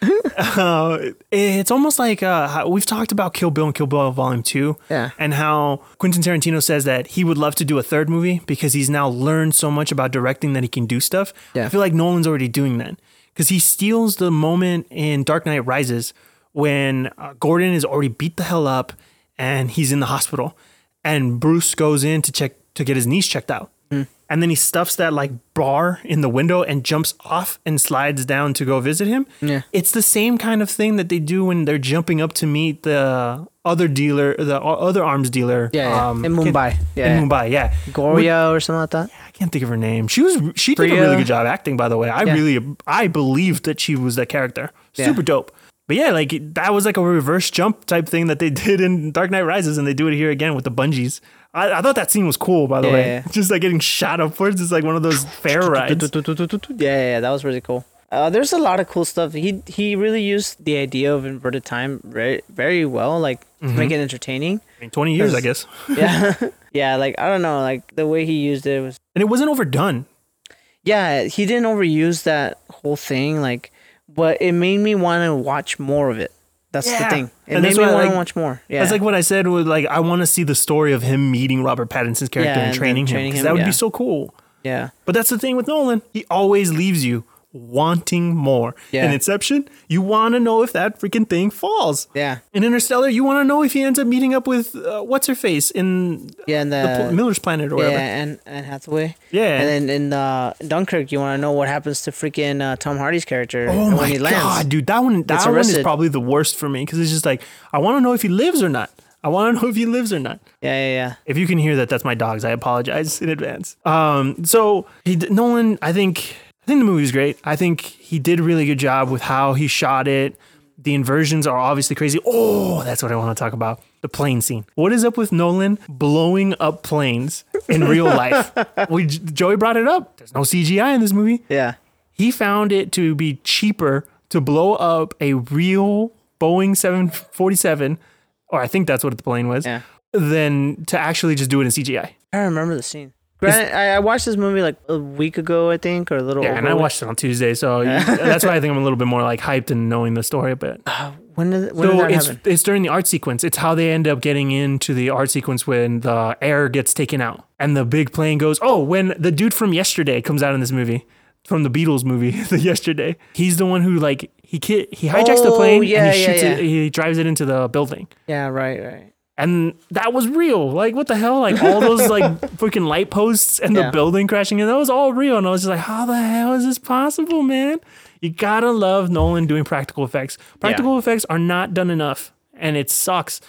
[SPEAKER 2] Uh, it's almost like uh, how- we've talked about kill bill and kill bill volume 2
[SPEAKER 1] Yeah.
[SPEAKER 2] and how quentin tarantino says that he would love to do a third movie because he's now learned so much about directing that he can do stuff
[SPEAKER 1] Yeah.
[SPEAKER 2] i feel like nolan's already doing that because he steals the moment in dark knight rises when uh, gordon is already beat the hell up and he's in the hospital and bruce goes in to check to get his knees checked out
[SPEAKER 1] Hmm.
[SPEAKER 2] and then he stuffs that like bar in the window and jumps off and slides down to go visit him
[SPEAKER 1] Yeah.
[SPEAKER 2] it's the same kind of thing that they do when they're jumping up to meet the other dealer, the o- other arms dealer. um,
[SPEAKER 1] Yeah, yeah. in
[SPEAKER 2] in-
[SPEAKER 1] Mumbai. yeah.
[SPEAKER 2] In Mumbai, yeah.
[SPEAKER 1] Goria or something like that.
[SPEAKER 2] I can't think of her name. She was she did a
[SPEAKER 1] Priya.
[SPEAKER 2] really good job acting, by the way. I
[SPEAKER 1] Yeah.
[SPEAKER 2] really I believed that she was that character. Super dope. But yeah, like that was like a reverse jump type thing that they did in Dark Knight Rises, and they do it here again with the bungees. I, I thought that scene was cool, by the
[SPEAKER 1] Yeah,
[SPEAKER 2] way.
[SPEAKER 1] yeah.
[SPEAKER 2] Just like getting shot upwards is like one of those fair rides.
[SPEAKER 1] Yeah, yeah, that was really cool. Uh, there's a lot of cool stuff. He he really used the idea of inverted time very very well, like to make it entertaining.
[SPEAKER 2] I mean, Twenty years, I guess.
[SPEAKER 1] Yeah, yeah. Like I don't know, like the way he used it was.
[SPEAKER 2] And it wasn't overdone.
[SPEAKER 1] Yeah, he didn't overuse that whole thing, like, but it made me want to watch more of it. That's
[SPEAKER 2] Yeah.
[SPEAKER 1] the thing. It
[SPEAKER 2] And
[SPEAKER 1] made
[SPEAKER 2] that's
[SPEAKER 1] me
[SPEAKER 2] why I
[SPEAKER 1] want to
[SPEAKER 2] like-
[SPEAKER 1] watch more. Yeah,
[SPEAKER 2] That's like what I said with like I want to see the story of him meeting Robert Pattinson's character
[SPEAKER 1] Yeah, and
[SPEAKER 2] and
[SPEAKER 1] then
[SPEAKER 2] training him
[SPEAKER 1] training
[SPEAKER 2] 'cause
[SPEAKER 1] him,
[SPEAKER 2] that would
[SPEAKER 1] yeah.
[SPEAKER 2] be so cool.
[SPEAKER 1] yeah,
[SPEAKER 2] But that's the thing with Nolan; he always leaves you wanting more.
[SPEAKER 1] Yeah.
[SPEAKER 2] In Inception, you want to know if that freaking thing falls.
[SPEAKER 1] yeah,
[SPEAKER 2] In Interstellar, you want to know if he ends up meeting up with uh, what's her face in
[SPEAKER 1] yeah. And the,
[SPEAKER 2] the pl- Miller's Planet or whatever.
[SPEAKER 1] Uh, yeah, and and Hathaway.
[SPEAKER 2] Yeah.
[SPEAKER 1] And then in uh, Dunkirk, you want to know what happens to freaking uh, Tom Hardy's character
[SPEAKER 2] Oh
[SPEAKER 1] when
[SPEAKER 2] my
[SPEAKER 1] he lands.
[SPEAKER 2] god, dude, that one that
[SPEAKER 1] Gets
[SPEAKER 2] one is
[SPEAKER 1] arrested. probably
[SPEAKER 2] probably the worst for me because it's just like I want to know if he lives or not. I want to know if he lives or not.
[SPEAKER 1] Yeah, yeah, yeah.
[SPEAKER 2] If you can hear that, that's my dogs. I apologize in advance. Um, so he d- Nolan, I think, I think the movie's great. I think he did a really good job with how he shot it. The inversions are obviously crazy. Oh, that's what I want to talk about. The plane scene. What is up with Nolan blowing up planes in real life? We Joey brought it up. There's no CGI in this movie.
[SPEAKER 1] Yeah.
[SPEAKER 2] He found it to be cheaper to blow up a real Boeing 747, or I think that's what the plane was,
[SPEAKER 1] Yeah.
[SPEAKER 2] than to actually just do it in CGI.
[SPEAKER 1] I remember the scene. Granted, I, I watched this movie like a week ago, I think, or a little.
[SPEAKER 2] Yeah,
[SPEAKER 1] over
[SPEAKER 2] and I
[SPEAKER 1] a week.
[SPEAKER 2] watched it on Tuesday, so that's why I think I'm a little bit more like hyped and knowing the story. But
[SPEAKER 1] When did when
[SPEAKER 2] so
[SPEAKER 1] did that
[SPEAKER 2] it's
[SPEAKER 1] happen?
[SPEAKER 2] it's during the art sequence. It's how they end up getting into the art sequence when the air gets taken out and the big plane goes. Oh, when the dude from yesterday comes out in this movie, from the Beatles movie, the yesterday. He's the one who like he ki- he hijacks the
[SPEAKER 1] Oh,
[SPEAKER 2] plane
[SPEAKER 1] yeah,
[SPEAKER 2] and he
[SPEAKER 1] yeah,
[SPEAKER 2] shoots
[SPEAKER 1] yeah.
[SPEAKER 2] it. He drives it into the building.
[SPEAKER 1] Yeah, right, right.
[SPEAKER 2] and that was real. Like what the hell? Like all those like freaking light posts and the
[SPEAKER 1] Yeah.
[SPEAKER 2] building crashing, and that was all real. And I was just like, how the hell is this possible, man? You gotta love Nolan doing practical effects. Practical effects are not done enough, and it sucks.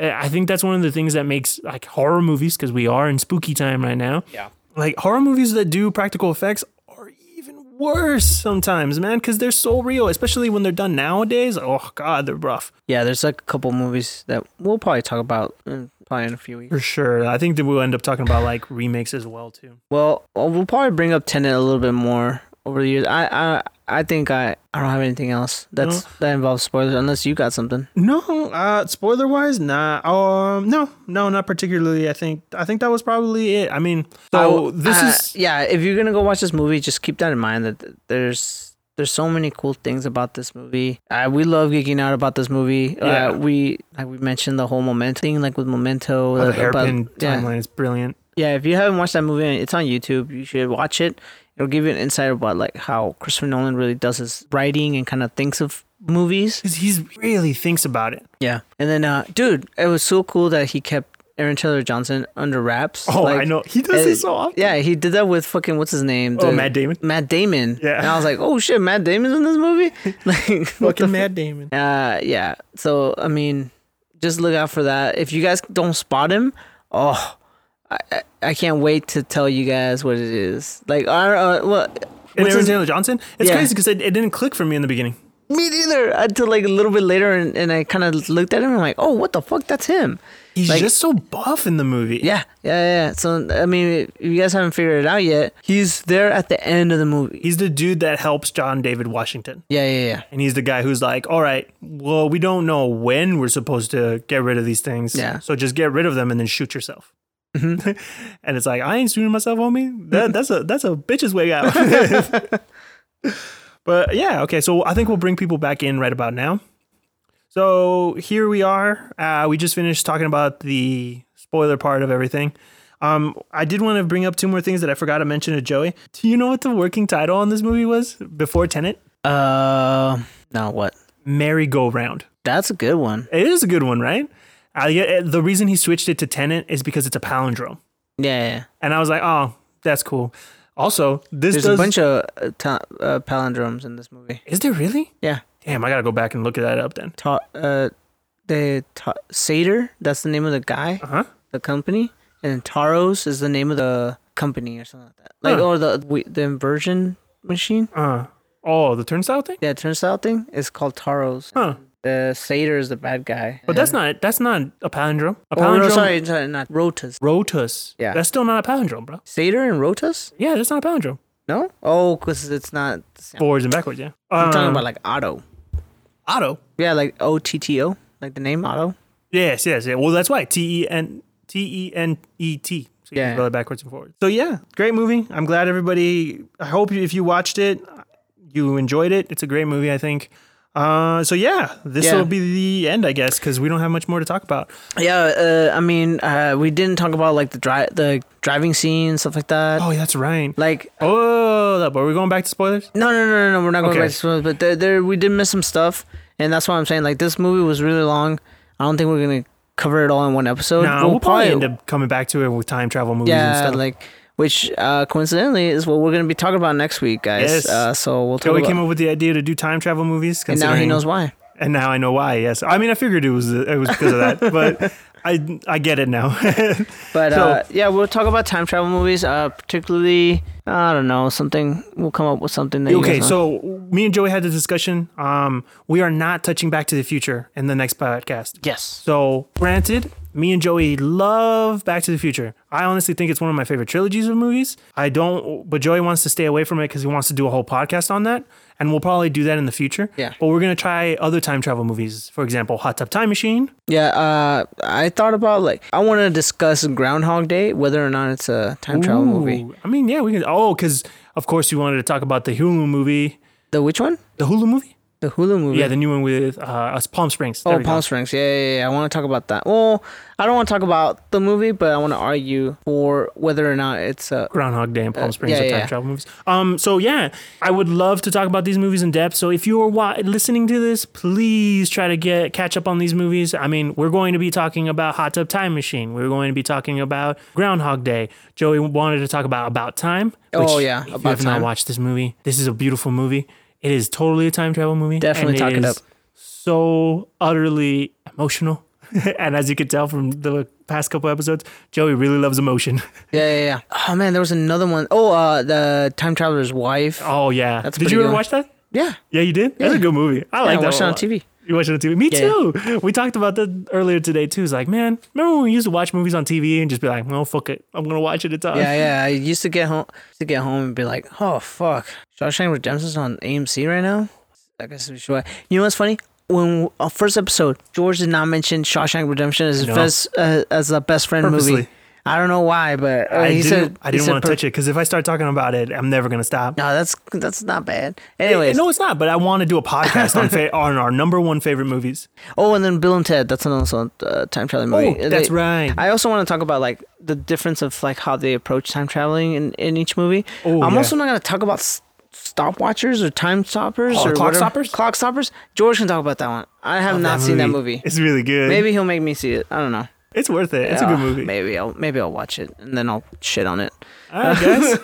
[SPEAKER 2] Uh, I think that's one of the things that makes like horror movies because we are in spooky time right now.
[SPEAKER 1] Yeah.
[SPEAKER 2] Like horror movies that do practical effects are even worse sometimes, man, because they're so real. Especially when they're done nowadays. Oh God, they're rough.
[SPEAKER 1] Yeah, there's like a couple movies that we'll probably talk about in, probably in a few weeks.
[SPEAKER 2] For sure. I think that we'll end up talking about like remakes as well too.
[SPEAKER 1] Well, uh, we'll probably bring up Tenet a little bit more over the years. I I, I think I, I don't have anything else that's that involves spoilers unless you got something.
[SPEAKER 2] No, uh spoiler wise, nah. Um no, no, not particularly. I think I think that was probably it. I uh, mean so
[SPEAKER 1] I-
[SPEAKER 2] this
[SPEAKER 1] I-
[SPEAKER 2] is
[SPEAKER 1] uh, yeah. If you're gonna go watch this movie, just keep that in mind that th- there's there's so many cool things about this movie. Uh, we love geeking out about this movie.
[SPEAKER 2] Yeah.
[SPEAKER 1] Uh, we like we mentioned the whole memento thing, like with memento.
[SPEAKER 2] oh, the
[SPEAKER 1] uh, about-
[SPEAKER 2] hairpin
[SPEAKER 1] yeah.
[SPEAKER 2] timeline is brilliant.
[SPEAKER 1] Yeah, if you haven't watched that movie, it's on YouTube. You should watch it. It'll give you an insight about like how Christopher Nolan really does his writing and kind of thinks of movies.
[SPEAKER 2] Because he really thinks about it.
[SPEAKER 1] Yeah, and then uh, dude, it was so cool that he kept Aaron Taylor Johnson under wraps.
[SPEAKER 2] Oh,
[SPEAKER 1] Like,
[SPEAKER 2] I know. He does
[SPEAKER 1] uh,
[SPEAKER 2] it so often.
[SPEAKER 1] Yeah, he did that with fucking what's his name?
[SPEAKER 2] Oh,
[SPEAKER 1] the-
[SPEAKER 2] Matt Damon.
[SPEAKER 1] Matt Damon.
[SPEAKER 2] Yeah.
[SPEAKER 1] and I was like, oh shit, Matt Damon's in this movie. Like, what the
[SPEAKER 2] Fucking Mad Damon.
[SPEAKER 1] uh, yeah. So I mean, just look out for that. If you guys don't spot him, oh, I I, I can't wait to tell you guys what it is. Like, I uh, well,
[SPEAKER 2] And
[SPEAKER 1] which
[SPEAKER 2] Aaron
[SPEAKER 1] is-
[SPEAKER 2] Taylor Johnson. It's
[SPEAKER 1] Yeah.
[SPEAKER 2] crazy because it, it didn't click for me in the beginning.
[SPEAKER 1] me neither until like a little bit later, and, and I kind of looked at him. I'm like, oh, what the fuck? That's him.
[SPEAKER 2] He's
[SPEAKER 1] Like-
[SPEAKER 2] just so buff in the movie.
[SPEAKER 1] Yeah, yeah, yeah. So I mean, if you guys haven't figured it out yet, he's there at the end of the movie.
[SPEAKER 2] He's the dude that helps John David Washington.
[SPEAKER 1] Yeah, yeah, yeah.
[SPEAKER 2] And he's the guy who's like, all right, well, we don't know when we're supposed to get rid of these things.
[SPEAKER 1] Yeah.
[SPEAKER 2] So just get rid of them and then shoot yourself. and it's like, I ain't shooting myself, homie. That, that's a that's a bitch's way out. but yeah, okay. So I think we'll bring people back in right about now. So here we are. Uh, we just finished talking about the spoiler part of everything. Um, I did want to bring up two more things that I forgot to mention to Joey. Do you know what the working title on this movie was before Tenet?
[SPEAKER 1] Uh, now what?
[SPEAKER 2] merry-go-round.
[SPEAKER 1] That's a good one.
[SPEAKER 2] It is a good one, right? I, yeah, the reason he switched it to Tenant is because it's a palindrome,
[SPEAKER 1] Yeah, yeah.
[SPEAKER 2] and I was like, oh, that's cool. Also, this
[SPEAKER 1] There's
[SPEAKER 2] does,
[SPEAKER 1] a bunch of uh, ta- uh, palindromes in this movie.
[SPEAKER 2] Is there really?
[SPEAKER 1] Yeah.
[SPEAKER 2] Damn, I gotta go back and look that up then.
[SPEAKER 1] Ta- uh, the ta- Sater, that's the name of the guy,
[SPEAKER 2] Uh huh.
[SPEAKER 1] the company, and Taros is the name of the company or something like that. Like
[SPEAKER 2] Huh.
[SPEAKER 1] or the we, the inversion machine.
[SPEAKER 2] Uh. Oh, the turnstile thing.
[SPEAKER 1] Yeah, turnstile thing is called Taros.
[SPEAKER 2] Huh.
[SPEAKER 1] The Sater is the bad guy.
[SPEAKER 2] But that's not that's not a palindrome. A
[SPEAKER 1] Oh,
[SPEAKER 2] palindrome.
[SPEAKER 1] no, sorry, sorry, not Rotus.
[SPEAKER 2] Rotus.
[SPEAKER 1] Yeah.
[SPEAKER 2] That's still not a palindrome, bro.
[SPEAKER 1] Sater and Rotus?
[SPEAKER 2] Yeah, that's not a palindrome.
[SPEAKER 1] No? Oh, because it's not. the same.
[SPEAKER 2] Forwards and backwards. Yeah.
[SPEAKER 1] I'm talking
[SPEAKER 2] Um,
[SPEAKER 1] about like Otto.
[SPEAKER 2] Otto.
[SPEAKER 1] Yeah, like O T T O, like the name Otto.
[SPEAKER 2] Yes, yes, yeah. Well, that's why T E N T E N E T. So you
[SPEAKER 1] Yeah.
[SPEAKER 2] can spell it backwards and forwards. So yeah, great movie. I'm glad everybody. I hope you, if you watched it, you enjoyed it. It's a great movie, I think. Uh, so yeah, this
[SPEAKER 1] Yeah.
[SPEAKER 2] will be the end, I guess, because we don't have much more to talk about.
[SPEAKER 1] Yeah, uh, I mean, uh, we didn't talk about like the dri- the driving scene stuff like that.
[SPEAKER 2] Oh, that's right.
[SPEAKER 1] Like,
[SPEAKER 2] Oh, that- but we're going back to spoilers.
[SPEAKER 1] no, no, no, no, no, we're not going
[SPEAKER 2] Okay.
[SPEAKER 1] back to spoilers, but there, there, we did miss some stuff, and that's why I'm saying like this movie was really long. I don't think we're gonna cover it all in one episode.
[SPEAKER 2] No, we'll, probably, end up coming back to it with time travel movies and
[SPEAKER 1] yeah,
[SPEAKER 2] stuff.
[SPEAKER 1] like which uh, coincidentally is what we're gonna be talking about next week, guys.
[SPEAKER 2] Yes.
[SPEAKER 1] Uh, so we'll talk
[SPEAKER 2] Joey
[SPEAKER 1] about.
[SPEAKER 2] came up with the idea to do time travel movies.
[SPEAKER 1] and now he
[SPEAKER 2] considering-
[SPEAKER 1] knows why.
[SPEAKER 2] and now I know why. Yes, I mean I figured it was it was because of that, but I I get it now.
[SPEAKER 1] But
[SPEAKER 2] So-
[SPEAKER 1] uh, yeah, we'll talk about time travel movies, uh, particularly I don't know something. We'll come up with something. That you
[SPEAKER 2] okay,
[SPEAKER 1] guys want.
[SPEAKER 2] so me and Joey had the discussion. Um, we are not touching Back to the Future in the next podcast.
[SPEAKER 1] yes,
[SPEAKER 2] So granted, me and Joey love Back to the Future. I honestly think it's one of my favorite trilogies of movies. I don't, but Joey wants to stay away from it because he wants to do a whole podcast on that, and we'll probably do that in the future.
[SPEAKER 1] Yeah.
[SPEAKER 2] But we're gonna try other time travel movies. For example, Hot Tub Time Machine.
[SPEAKER 1] Yeah, uh, I thought about like I want to discuss Groundhog Day, whether or not it's a time travel movie.
[SPEAKER 2] Ooh, I mean, yeah, we can. Oh, because of course you wanted to talk about the Hulu movie.
[SPEAKER 1] The which one?
[SPEAKER 2] The Hulu movie?
[SPEAKER 1] The Hulu movie.
[SPEAKER 2] Yeah, the new one with uh, us Palm Springs. There
[SPEAKER 1] Oh,
[SPEAKER 2] we go.
[SPEAKER 1] Palm Springs. Yeah, yeah, yeah. I want to talk about that. Well, I don't want to talk about the movie, but I want to argue for whether or not it's a.
[SPEAKER 2] Groundhog Day and Palm
[SPEAKER 1] Uh,
[SPEAKER 2] Springs
[SPEAKER 1] yeah,
[SPEAKER 2] are
[SPEAKER 1] yeah,
[SPEAKER 2] time
[SPEAKER 1] yeah.
[SPEAKER 2] travel movies. Um, so yeah, I would love to talk about these movies in depth. So if you are wa- listening to this, please try to get catch up on these movies. I mean, we're going to be talking about Hot Tub Time Machine. We're going to be talking about Groundhog Day. Joey wanted to talk about About Time. Which,
[SPEAKER 1] Oh, yeah,
[SPEAKER 2] if you
[SPEAKER 1] About
[SPEAKER 2] have not
[SPEAKER 1] Time.
[SPEAKER 2] watched this movie, this is a beautiful movie. It is totally a time travel movie.
[SPEAKER 1] Definitely
[SPEAKER 2] and
[SPEAKER 1] talk it
[SPEAKER 2] is
[SPEAKER 1] up.
[SPEAKER 2] So utterly emotional. and as you can tell from the past couple episodes, Joey really loves emotion.
[SPEAKER 1] Yeah, yeah, yeah. Oh man, there was another one. Oh, uh, the time traveler's wife.
[SPEAKER 2] Oh yeah.
[SPEAKER 1] That's a
[SPEAKER 2] did
[SPEAKER 1] pretty
[SPEAKER 2] you
[SPEAKER 1] good
[SPEAKER 2] ever
[SPEAKER 1] one.
[SPEAKER 2] watch that?
[SPEAKER 1] Yeah,
[SPEAKER 2] Yeah, you did. That's a
[SPEAKER 1] Yeah.
[SPEAKER 2] good movie. I like
[SPEAKER 1] yeah, I
[SPEAKER 2] that.
[SPEAKER 1] watched it
[SPEAKER 2] one a
[SPEAKER 1] on
[SPEAKER 2] lot.
[SPEAKER 1] TV.
[SPEAKER 2] You watched it on TV. Me
[SPEAKER 1] Yeah.
[SPEAKER 2] too. We talked about that earlier today too. It's like, man, remember when we used to watch movies on TV and just be like, well, fuck it, I'm gonna watch it at time.
[SPEAKER 1] Yeah, yeah. I used to get home, used to get home and be like, "Oh fuck, Shawshank Redemption's on AMC right now." I guess we should. wa- You know what's funny? When our first episode, George did not mention Shawshank Redemption as his
[SPEAKER 2] No.
[SPEAKER 1] best uh, as a best friend
[SPEAKER 2] Purposely.
[SPEAKER 1] movie. I don't know why, but uh,
[SPEAKER 2] I
[SPEAKER 1] he
[SPEAKER 2] didn't.
[SPEAKER 1] said
[SPEAKER 2] I didn't want to
[SPEAKER 1] to
[SPEAKER 2] touch it because if I start talking about it, I'm never gonna stop.
[SPEAKER 1] No, that's that's not bad. Anyways,
[SPEAKER 2] no, it's not. But I want to do a podcast on fa- on our number one favorite movies.
[SPEAKER 1] oh, and then Bill and Ted. That's another uh, time traveling movie.
[SPEAKER 2] Oh, that's
[SPEAKER 1] They-
[SPEAKER 2] right.
[SPEAKER 1] I also want to talk about like the difference of like how they approach time traveling in, in each movie.
[SPEAKER 2] Oh,
[SPEAKER 1] I'm
[SPEAKER 2] yeah.
[SPEAKER 1] also not gonna talk about s- stopwatchers or time stoppers
[SPEAKER 2] Oh,
[SPEAKER 1] or
[SPEAKER 2] clock
[SPEAKER 1] whatever-
[SPEAKER 2] stoppers? Oh,
[SPEAKER 1] Clock stoppers. George can talk about that one. I have not seen that movie.
[SPEAKER 2] It's really good.
[SPEAKER 1] Maybe he'll make me see it. I don't know.
[SPEAKER 2] it's worth it. It's a good
[SPEAKER 1] Uh,
[SPEAKER 2] movie.
[SPEAKER 1] Maybe I'll maybe I'll watch it and then I'll shit on it.
[SPEAKER 2] All right, guys.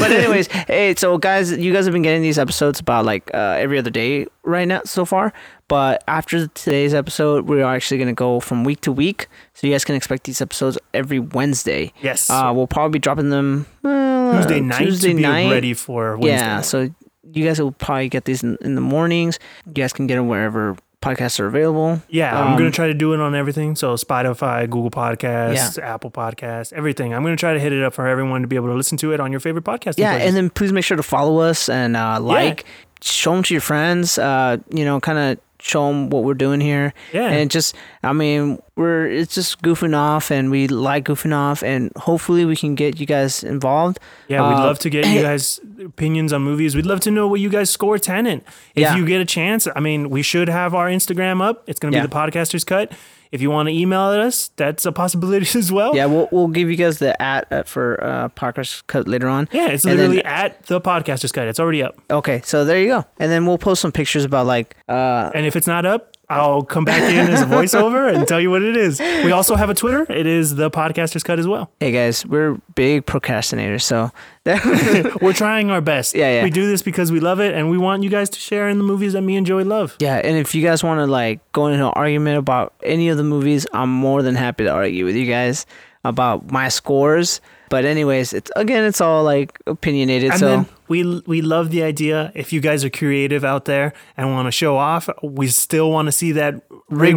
[SPEAKER 1] But anyways, hey, so guys, you guys have been getting these episodes about like uh, every other day right now so far. But after today's episode, we are actually gonna go from week to week, so you guys can expect these episodes every Wednesday.
[SPEAKER 2] yes.
[SPEAKER 1] Uh, we'll probably be dropping them uh,
[SPEAKER 2] Tuesday night
[SPEAKER 1] Tuesday
[SPEAKER 2] to be
[SPEAKER 1] night.
[SPEAKER 2] ready for Wednesday.
[SPEAKER 1] yeah,
[SPEAKER 2] night.
[SPEAKER 1] so you guys will probably get these in, in the mornings. You guys can get them wherever podcasts are available.
[SPEAKER 2] Yeah, I'm
[SPEAKER 1] Um,
[SPEAKER 2] gonna try to do it on everything. So Spotify, Google Podcasts, Apple Podcasts, everything. I'm gonna try to hit it up for everyone to be able to listen to it on your favorite podcast.
[SPEAKER 1] Yeah, and then please make sure to follow us and uh, like, show them to your friends. Uh, you know, kind of show them what we're doing here.
[SPEAKER 2] Yeah.
[SPEAKER 1] and just I mean, we're it's just goofing off, and we like goofing off, and hopefully we can get you guys involved.
[SPEAKER 2] yeah, we'd
[SPEAKER 1] uh,
[SPEAKER 2] love to get you guys opinions on movies. We'd love to know what you guys score Tenant. If
[SPEAKER 1] Yeah.
[SPEAKER 2] you get a chance, I mean, we should have our Instagram up. It's gonna
[SPEAKER 1] Yeah.
[SPEAKER 2] be the Podcasters Cut. If you want to email us, that's a possibility as well.
[SPEAKER 1] Yeah, we'll we'll give you guys the at uh, for uh, podcast cut later on.
[SPEAKER 2] Yeah, it's
[SPEAKER 1] And then-
[SPEAKER 2] literally at the Podcasters Cut. It's already up.
[SPEAKER 1] Okay, so there you go. And then we'll post some pictures about like uh
[SPEAKER 2] And if it's not up, I'll come back in as a voiceover and tell you what it is. We also have a Twitter. It is the Podcasters Cut as well.
[SPEAKER 1] hey guys, we're big procrastinators, so
[SPEAKER 2] We're trying our best.
[SPEAKER 1] Yeah, yeah.
[SPEAKER 2] We do this because we love it, and we want you guys to share in the movies that me and Joey love.
[SPEAKER 1] yeah, and if you guys want to like go into an argument about any of the movies, I'm more than happy to argue with you guys about my scores. But anyways, it's again it's all like opinionated,
[SPEAKER 2] And
[SPEAKER 1] so
[SPEAKER 2] then we we love the idea. If you guys are creative out there and want to show off, we still want to see that rig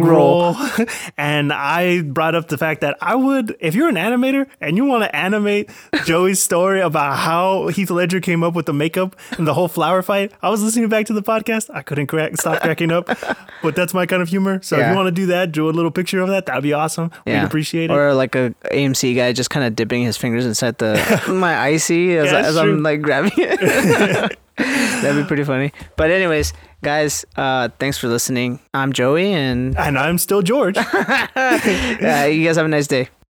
[SPEAKER 1] Rig roll.
[SPEAKER 2] roll. and I brought up the fact that I would, if you're an animator and you want to animate Joey's story about how Heath Ledger came up with the makeup and the whole flower fight, I was listening back to the podcast. I couldn't crack, stop cracking up, but that's my kind of humor. So if
[SPEAKER 1] Yeah.
[SPEAKER 2] you want to do that, draw a little picture of that. That'd be awesome.
[SPEAKER 1] yeah.
[SPEAKER 2] We'd appreciate it.
[SPEAKER 1] Or like a AMC guy just kind of dipping his fingers inside the my icy as,
[SPEAKER 2] Yeah,
[SPEAKER 1] as
[SPEAKER 2] that's true.
[SPEAKER 1] I'm like grabbing it. That'd be pretty funny. But anyways, guys, uh, thanks for listening. I'm Joey, and
[SPEAKER 2] and I'm still George.
[SPEAKER 1] uh, you guys have a nice day.